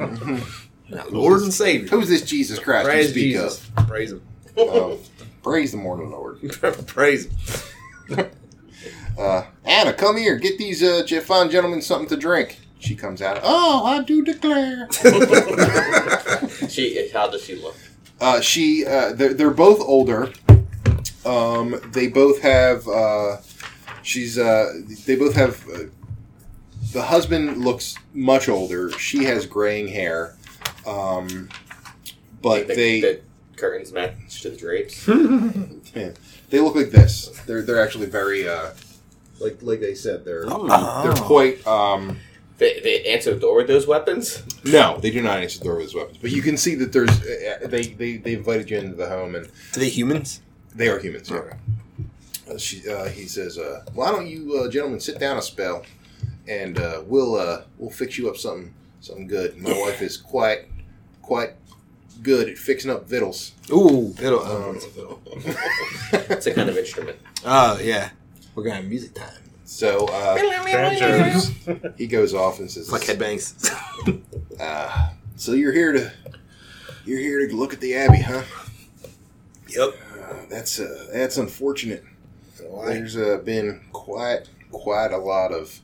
C: Lord and Savior.
A: Who's this Jesus Christ you
C: Praise
A: speak
C: Jesus. Praise him.
A: of? Uh, praise the Morning Lord.
C: Praise him.
A: Uh, Anna, come here. Get these uh, ge- fine gentlemen something to drink. She comes out. Oh, I do declare.
D: She how does she look?
A: Uh, she, uh, they're, they're both older. Um, they both have. Uh, she's. Uh, they both have. Uh, the husband looks much older. She has graying hair. Um, but
D: The-
A: they Hmm?
D: the curtains match to the drapes.
A: they look like this. They're they're actually very. Uh, like like they said, they're they're quite. Um,
D: They, they answer the door with those weapons.
A: no, they do not answer the door with those weapons. But you can see that there's uh, uh, they, they they invited you into the home and
C: Are they humans?
A: They are humans. Yeah. Uh, she, uh, he says, uh, "Why don't you uh, gentlemen sit down a spell, and uh, we'll uh, we'll fix you up something something good. My wife is quite quite good at fixing up victuals.
C: Ooh, fiddle. Oh, it's a fiddle.
D: It's a kind of instrument.
C: Oh, yeah. We're going to have music time.
A: So uh,
B: Banjos.
A: he goes off and says,
C: Like headbangs.
A: uh, "So you're here to you're here to look at the abbey, huh?
C: yep.
A: Uh, that's uh, that's unfortunate. There's uh, been quite quite a lot of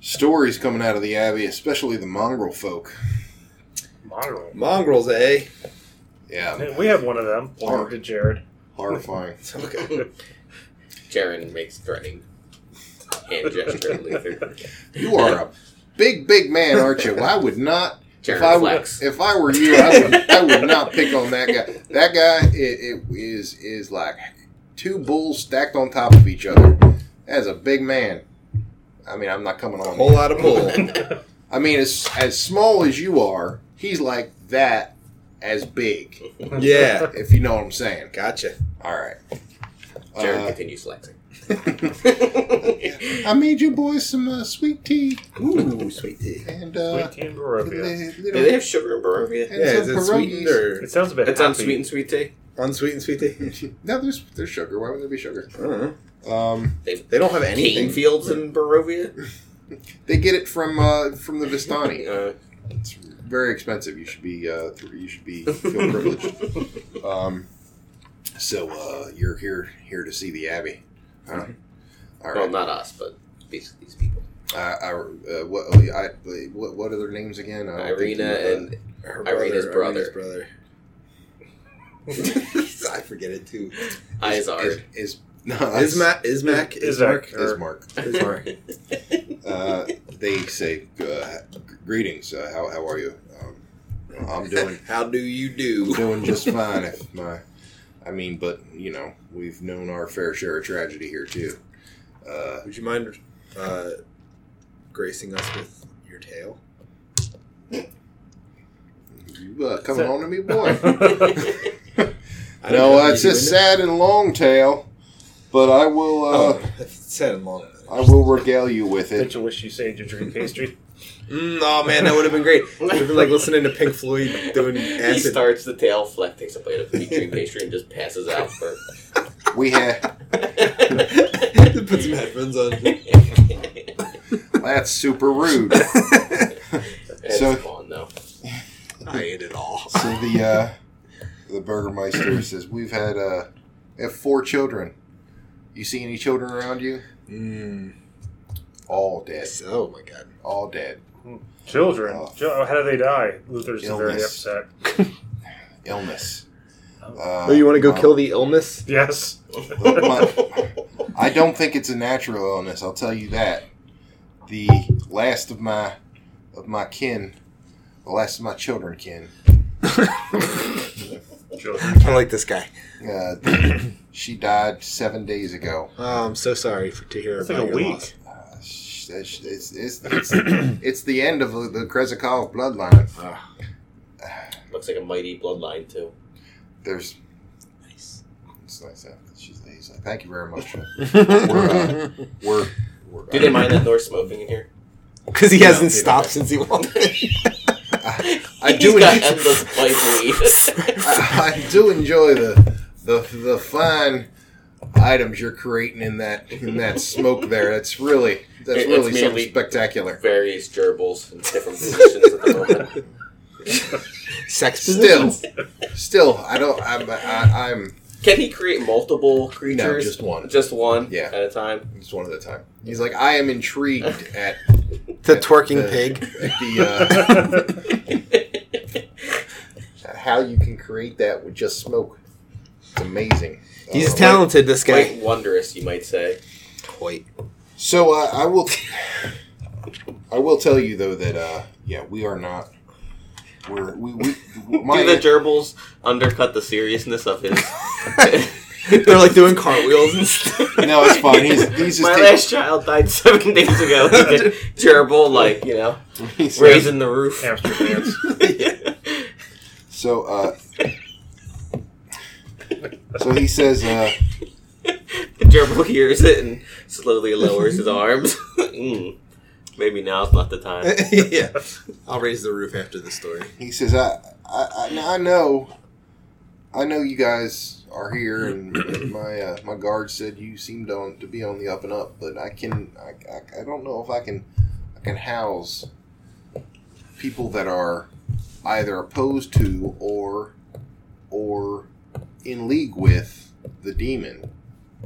A: stories coming out of the abbey, especially the mongrel folk."
B: Mongrel.
C: Mongrels, eh?
A: Yeah,
B: Man, we have one of them. Over to Jared.
A: horrifying.
D: Jaren makes threatening hand gesture. at Luther.
A: You are a big, big man, aren't you? I would not. If I,
D: Jaren
A: were,
D: flex.
A: if I were you, I would, I would not pick on that guy. That guy it, it is is like two bulls stacked on top of each other. That's a big man. I mean, I'm not coming on.
C: Whole
A: you.
C: lot of bull.
A: I mean, as as small as you are, he's like that as big.
C: yeah.
A: If you know what I'm saying.
C: Gotcha.
A: All right.
D: Jaren
A: Uh,
D: continues flexing.
A: I made you boys some uh, sweet tea
C: Ooh, sweet tea.
A: and uh,
B: Sweet tea and Barovia.
A: li-
D: Do
A: little-
D: they have sugar in Barovia?
A: and
C: Yeah,
A: some
C: is it sweetened
A: pierogies.
C: or
B: It sounds a bit.
D: It's
B: happy.
D: unsweetened sweet tea.
C: unsweetened sweet tea?
A: No, there's there's sugar. Why would there be sugar?
C: I don't know.
A: Um,
C: They don't have
D: Cane
C: anything.
D: fields in Barovia.
A: they get it from uh, from the Vistani.
D: Uh,
A: It's very expensive. You should be uh, th- you should be feel privileged. Um, so uh, you're here here to see the Abbey. Huh? All right.
D: well, not us, but these, these people.
A: I, I, uh, what, I, what what are their names again? I don't think
D: Irina
A: you, uh,
D: and
C: Her
D: Irina's brother.
C: brother. I forget it too.
D: Izard.
A: is, is no that's-
C: Isma- Ismac?
B: Isaac.
C: Ismark?
A: is Mark.
C: Ismark.
A: Uh, they say uh, greetings. Uh, how how are you? Um, I'm doing
C: How do you do?
A: doing just fine. If my, I mean, but you know, we've known our fair share of tragedy here too. Uh,
C: Would you mind uh, gracing us with your tail?
A: you uh,
B: So-
A: coming on to me, boy?
C: I don't
A: no,
C: know,
A: it's
C: you
A: a
C: doing
A: sad and long tale, but I will.
C: it?
A: Uh,
C: Oh, it's sad and long.
A: I will regale you with
B: Bet
A: it.
B: you wish you saved your dream pastry.
C: Mm, oh man, that would have been great. It would have been like listening to Pink Floyd doing
D: He
C: acid.
D: starts the tail, Fleck takes a bite of the dream pastry and just passes out for.
A: We had
C: Put some headphones on.
A: that's super rude.
D: It's
A: So-
D: fun though.
C: I ate it all.
A: So the uh, the burgermeister says we've had uh, we have four children. You see any children around you?
C: Mm.
A: All dead.
C: Oh my god.
A: All dead.
B: Children.
A: Oh.
B: Chil- how do they die? Luther's very
A: Illness.
B: upset.
A: Illness. Uh,
C: Oh, you want to go
A: my-
C: kill the illness?
B: Yes.
A: Look, my, I don't think it's a natural illness. I'll tell you that. The last of my of my kin, the last of my children kin.
B: Children.
C: I like this guy.
A: Uh, she died seven days ago.
C: Oh, I'm so sorry for, to hear
B: It's
C: about
B: like a
C: your
B: week.
C: loss.
A: Uh, sh- it's, it's, it's, it's, it's the end of the Krezikov bloodline.
D: Looks like a mighty bloodline too.
A: There's. Nice. It's nice. uh, She's, he's like, thank you very much.
C: Because
A: We're. we're
D: Do they mind that Nor's smoking in here?
C: he hasn't
D: Yeah.
C: stopped since he walked in.
A: I
D: He's
A: do
D: got
A: enjoy-
D: endless pipe weed.
A: I, I do enjoy the, the the fine items you're creating in that in that smoke there. That's really that's
D: It-
A: really something
D: it's mainly-
A: spectacular.
D: Various gerbils in different positions at the moment.
C: Sex
A: Still,
C: positions.
A: still, I don't. I'm. I, I'm
D: Can he create multiple creatures?
A: no, just one.
D: Just one
A: Yeah.
D: at a time.
A: Just one at a time. He's like, I am intrigued at
C: the twerking
A: the-
C: pig.
A: at the uh, how you can create that with just smoke. It's amazing.
C: He's
A: Uh,
C: talented, this guy.
D: Quite wondrous, you might say.
C: Wait.
A: So uh, I will, I will tell you though that uh, yeah, we are not. We're we we my,
D: Do the gerbils undercut the seriousness of his?
C: They're like doing cartwheels and stuff.
A: no, it's fine. He's, he's just
D: My
A: taking-
D: last child died seven days ago. Like a gerbil, like, you know,
A: he's-
D: raising the roof.
B: Hamster pants.
A: so uh, so he says uh,
D: The gerbil hears it and slowly lowers his arms. mm. Maybe now's not the time.
C: yeah. I'll raise the roof after the story.
A: he says I I, I now I know I know you guys are here and my uh, my guard said you seemed on to be on the up and up, but I can I, I, I don't know if I can I can house people that are either opposed to or or in league with the demon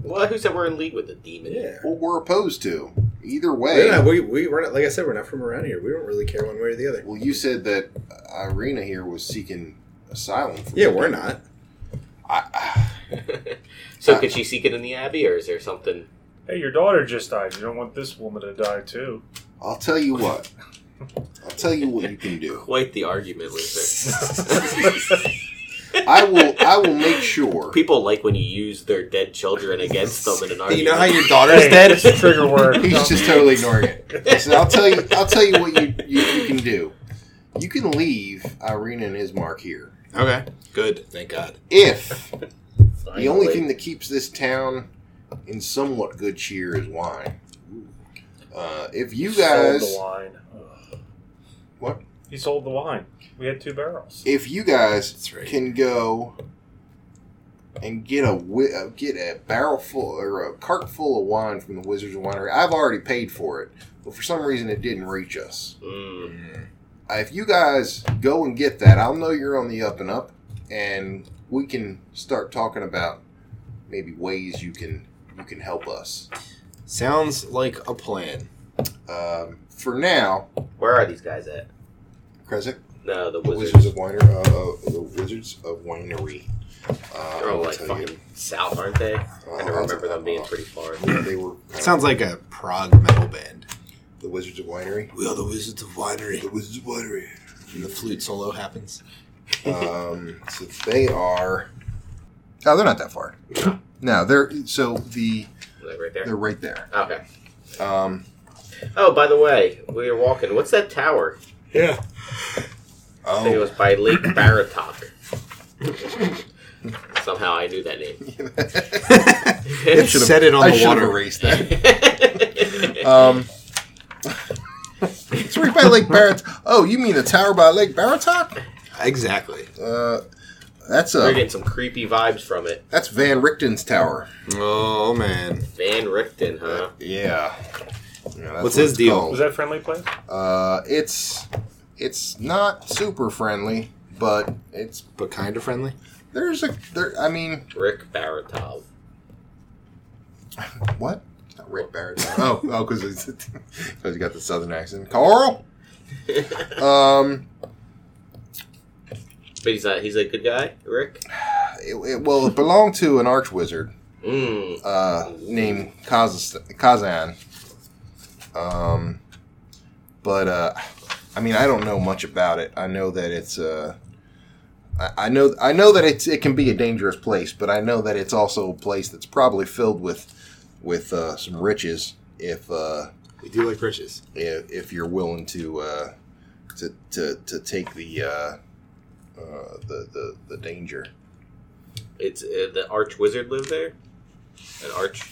D: Well, who said we're in league with the demon?
A: or we're opposed to either way.
C: We're not, we, we, we're not, like I said, we're not from around here. We don't really care one way or the other.
A: Well, you said that Irina here was seeking asylum. From
C: Yeah,
A: the
C: we're
A: demon.
C: not.
A: I,
D: so
A: Uh,
D: could she seek it in the abbey, or is there something?
B: Hey, your daughter just died. You don't want this woman to die too.
A: I'll tell you what. I'll tell you what you can do.
D: Quite the argument, loser.
A: I will. I will make sure.
D: People like when you use their dead children against them in an argument.
C: You know how your daughter's
B: Hey,
C: dead?
B: it's a trigger word.
A: He's just totally ignoring it. He said, "I'll tell you. I'll tell you what you, you, you can do. You can leave Irina and Ismark here.
C: Okay. Good. Thank God.
A: If the only
D: Finally.
A: thing that keeps this town in somewhat good cheer is wine. Uh, if you
B: sold
A: guys,
B: the wine.
A: What?
B: He sold the wine. We had two barrels.
A: if you guys
C: That's right.
A: can go and get a wi- uh, get a barrel full or a cart full of wine from the Wizards of Winery. I've already paid for it, but for some reason it didn't reach us.
D: Mm.
A: Uh, If you guys go and get that, I'll know you're on the up and up, and we can start talking about maybe ways you can you can help us.
C: Sounds like a plan.
A: Um, for now,
D: Where are these guys at?
A: Kresik,
D: No, the
A: the
D: wizards.
A: Wizards of Winery, uh, uh, the Wizards of Winery. Uh,
D: They're
A: I'll
D: all like
A: tell you.
D: fucking south, aren't they? I don't
A: I'll-
D: remember them being
A: I'll-
D: pretty far.
A: They were kind
C: Sounds like a prog metal band.
A: of the Wizards of Winery.
C: We are the Wizards of Winery.
A: Wizards of Winery.
C: And the flute solo happens.
A: Um, so they are. Oh, they're not that far. No, they're so the
D: Like right there.
A: they're right there.
D: Okay.
A: Um,
D: Oh, by the way, we were walking. What's that tower?
C: Yeah.
D: I think it
A: oh,
D: was by Lake Baratok. Somehow I knew that name.
C: It set it on
A: I
C: the
A: should have
C: water.
A: erased that. Um, it's right by Lake Barrett. Oh, you mean the tower by Lake Barratock?
C: Exactly.
A: Uh, that's
D: We're
A: a
D: getting some creepy vibes from it.
A: that's Van Richten's tower.
C: Oh, man.
D: Van Richten, huh?
A: Yeah. Yeah, that's
C: What's
A: what
C: his
A: it's
C: deal?
A: called.
B: Was that friendly play?
A: Uh, it's it's not super friendly, but it's
C: But kind of friendly.
A: there's a there. I mean,
D: Rick Baratov.
A: What? Not Rick Barrett. oh, oh, because because he got the southern accent. Carl. um.
D: But he's not. He's a good guy, Rick.
A: It, it, well, it belonged to an arch wizard
D: Mm.
A: uh, named Kaz- Kazan. Um, but uh, I mean, I don't know much about it. I know that it's uh, I, I know I know that it's it can be a dangerous place, but I know that it's also a place that's probably filled with with uh, some riches if uh,
C: We do like riches.
A: if, if you're willing to uh, to, to to take the uh, uh, the, the the danger.
D: It's uh, the arch wizard lived there. An arch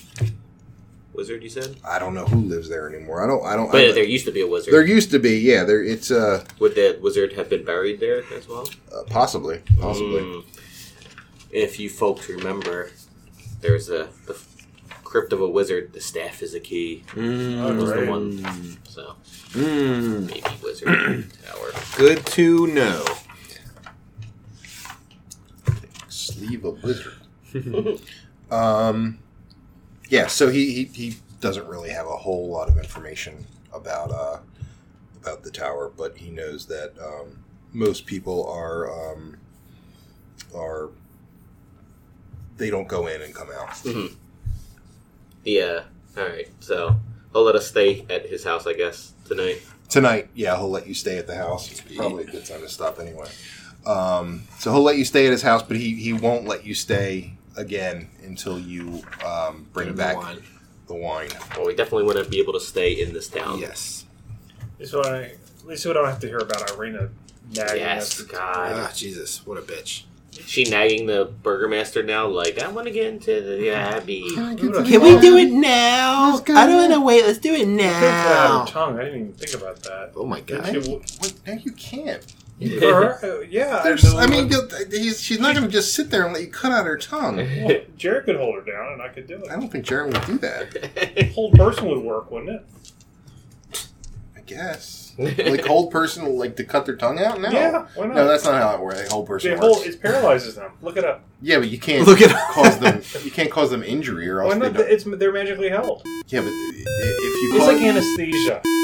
D: wizard, you said.
A: I don't know who lives there anymore. I don't. I don't.
D: But
A: I,
D: there used to be a wizard.
A: there used to be, yeah. There, it's uh,
D: Would that wizard have been buried there as well?
A: uh possibly, possibly.
D: Mm. If you folks remember, there's a the crypt of a wizard. The staff is a key.
C: Mm,
D: That was the one. So maybe wizard tower.
C: Good to know.
A: Sleeve of wizard. um, yeah. So he, he he doesn't really have a whole lot of information about uh about the tower, but he knows that um, most people are um, are they don't go in and come out.
D: Yeah. All right. So he'll let us stay at his house, I guess, tonight.
A: tonight yeah he'll let you stay at the house it's probably a good time to stop anyway um, so he'll let you stay at his house but he, he won't let you stay again until you um, bring back
D: wine.
A: the wine
D: Well, we definitely want to be able to stay in this town.
C: Yes.
B: So I, at least we don't have to hear about Irina nagging
D: Yes,
B: us.
D: God.
C: Ah, Jesus, what a bitch.
D: She nagging the burgermaster now, like, I want to get into the abbey.
I: Can
C: it now?
I: I don't wanna
C: wait. Let's do it
B: Take that out of her tongue. I didn't even think about that.
C: Oh my god.
B: She w-
A: what? no you can't
B: for her, uh, yeah.
A: There's,
B: know, uh,
A: I mean
B: like,
A: you'll- he's, she's not going to just sit there and let you cut out her tongue
B: well, Jared could hold her down, and I could do
A: I
B: it.
A: don't think Jeremy would do that
B: Hold person would work, wouldn't it?
A: I guess like whole person like to cut their tongue out no
B: Yeah, why not?
A: no that's not how it works whole person
B: They
A: works.
B: hold, it paralyzes them. Look it up.
A: yeah but you can't
C: Look at-
A: cause them you can't cause them injury or else
B: Why
A: they
B: not?
A: don't
B: It's they're magically held.
A: yeah but i- i- if you
B: It's
A: cause
B: like anesthesia.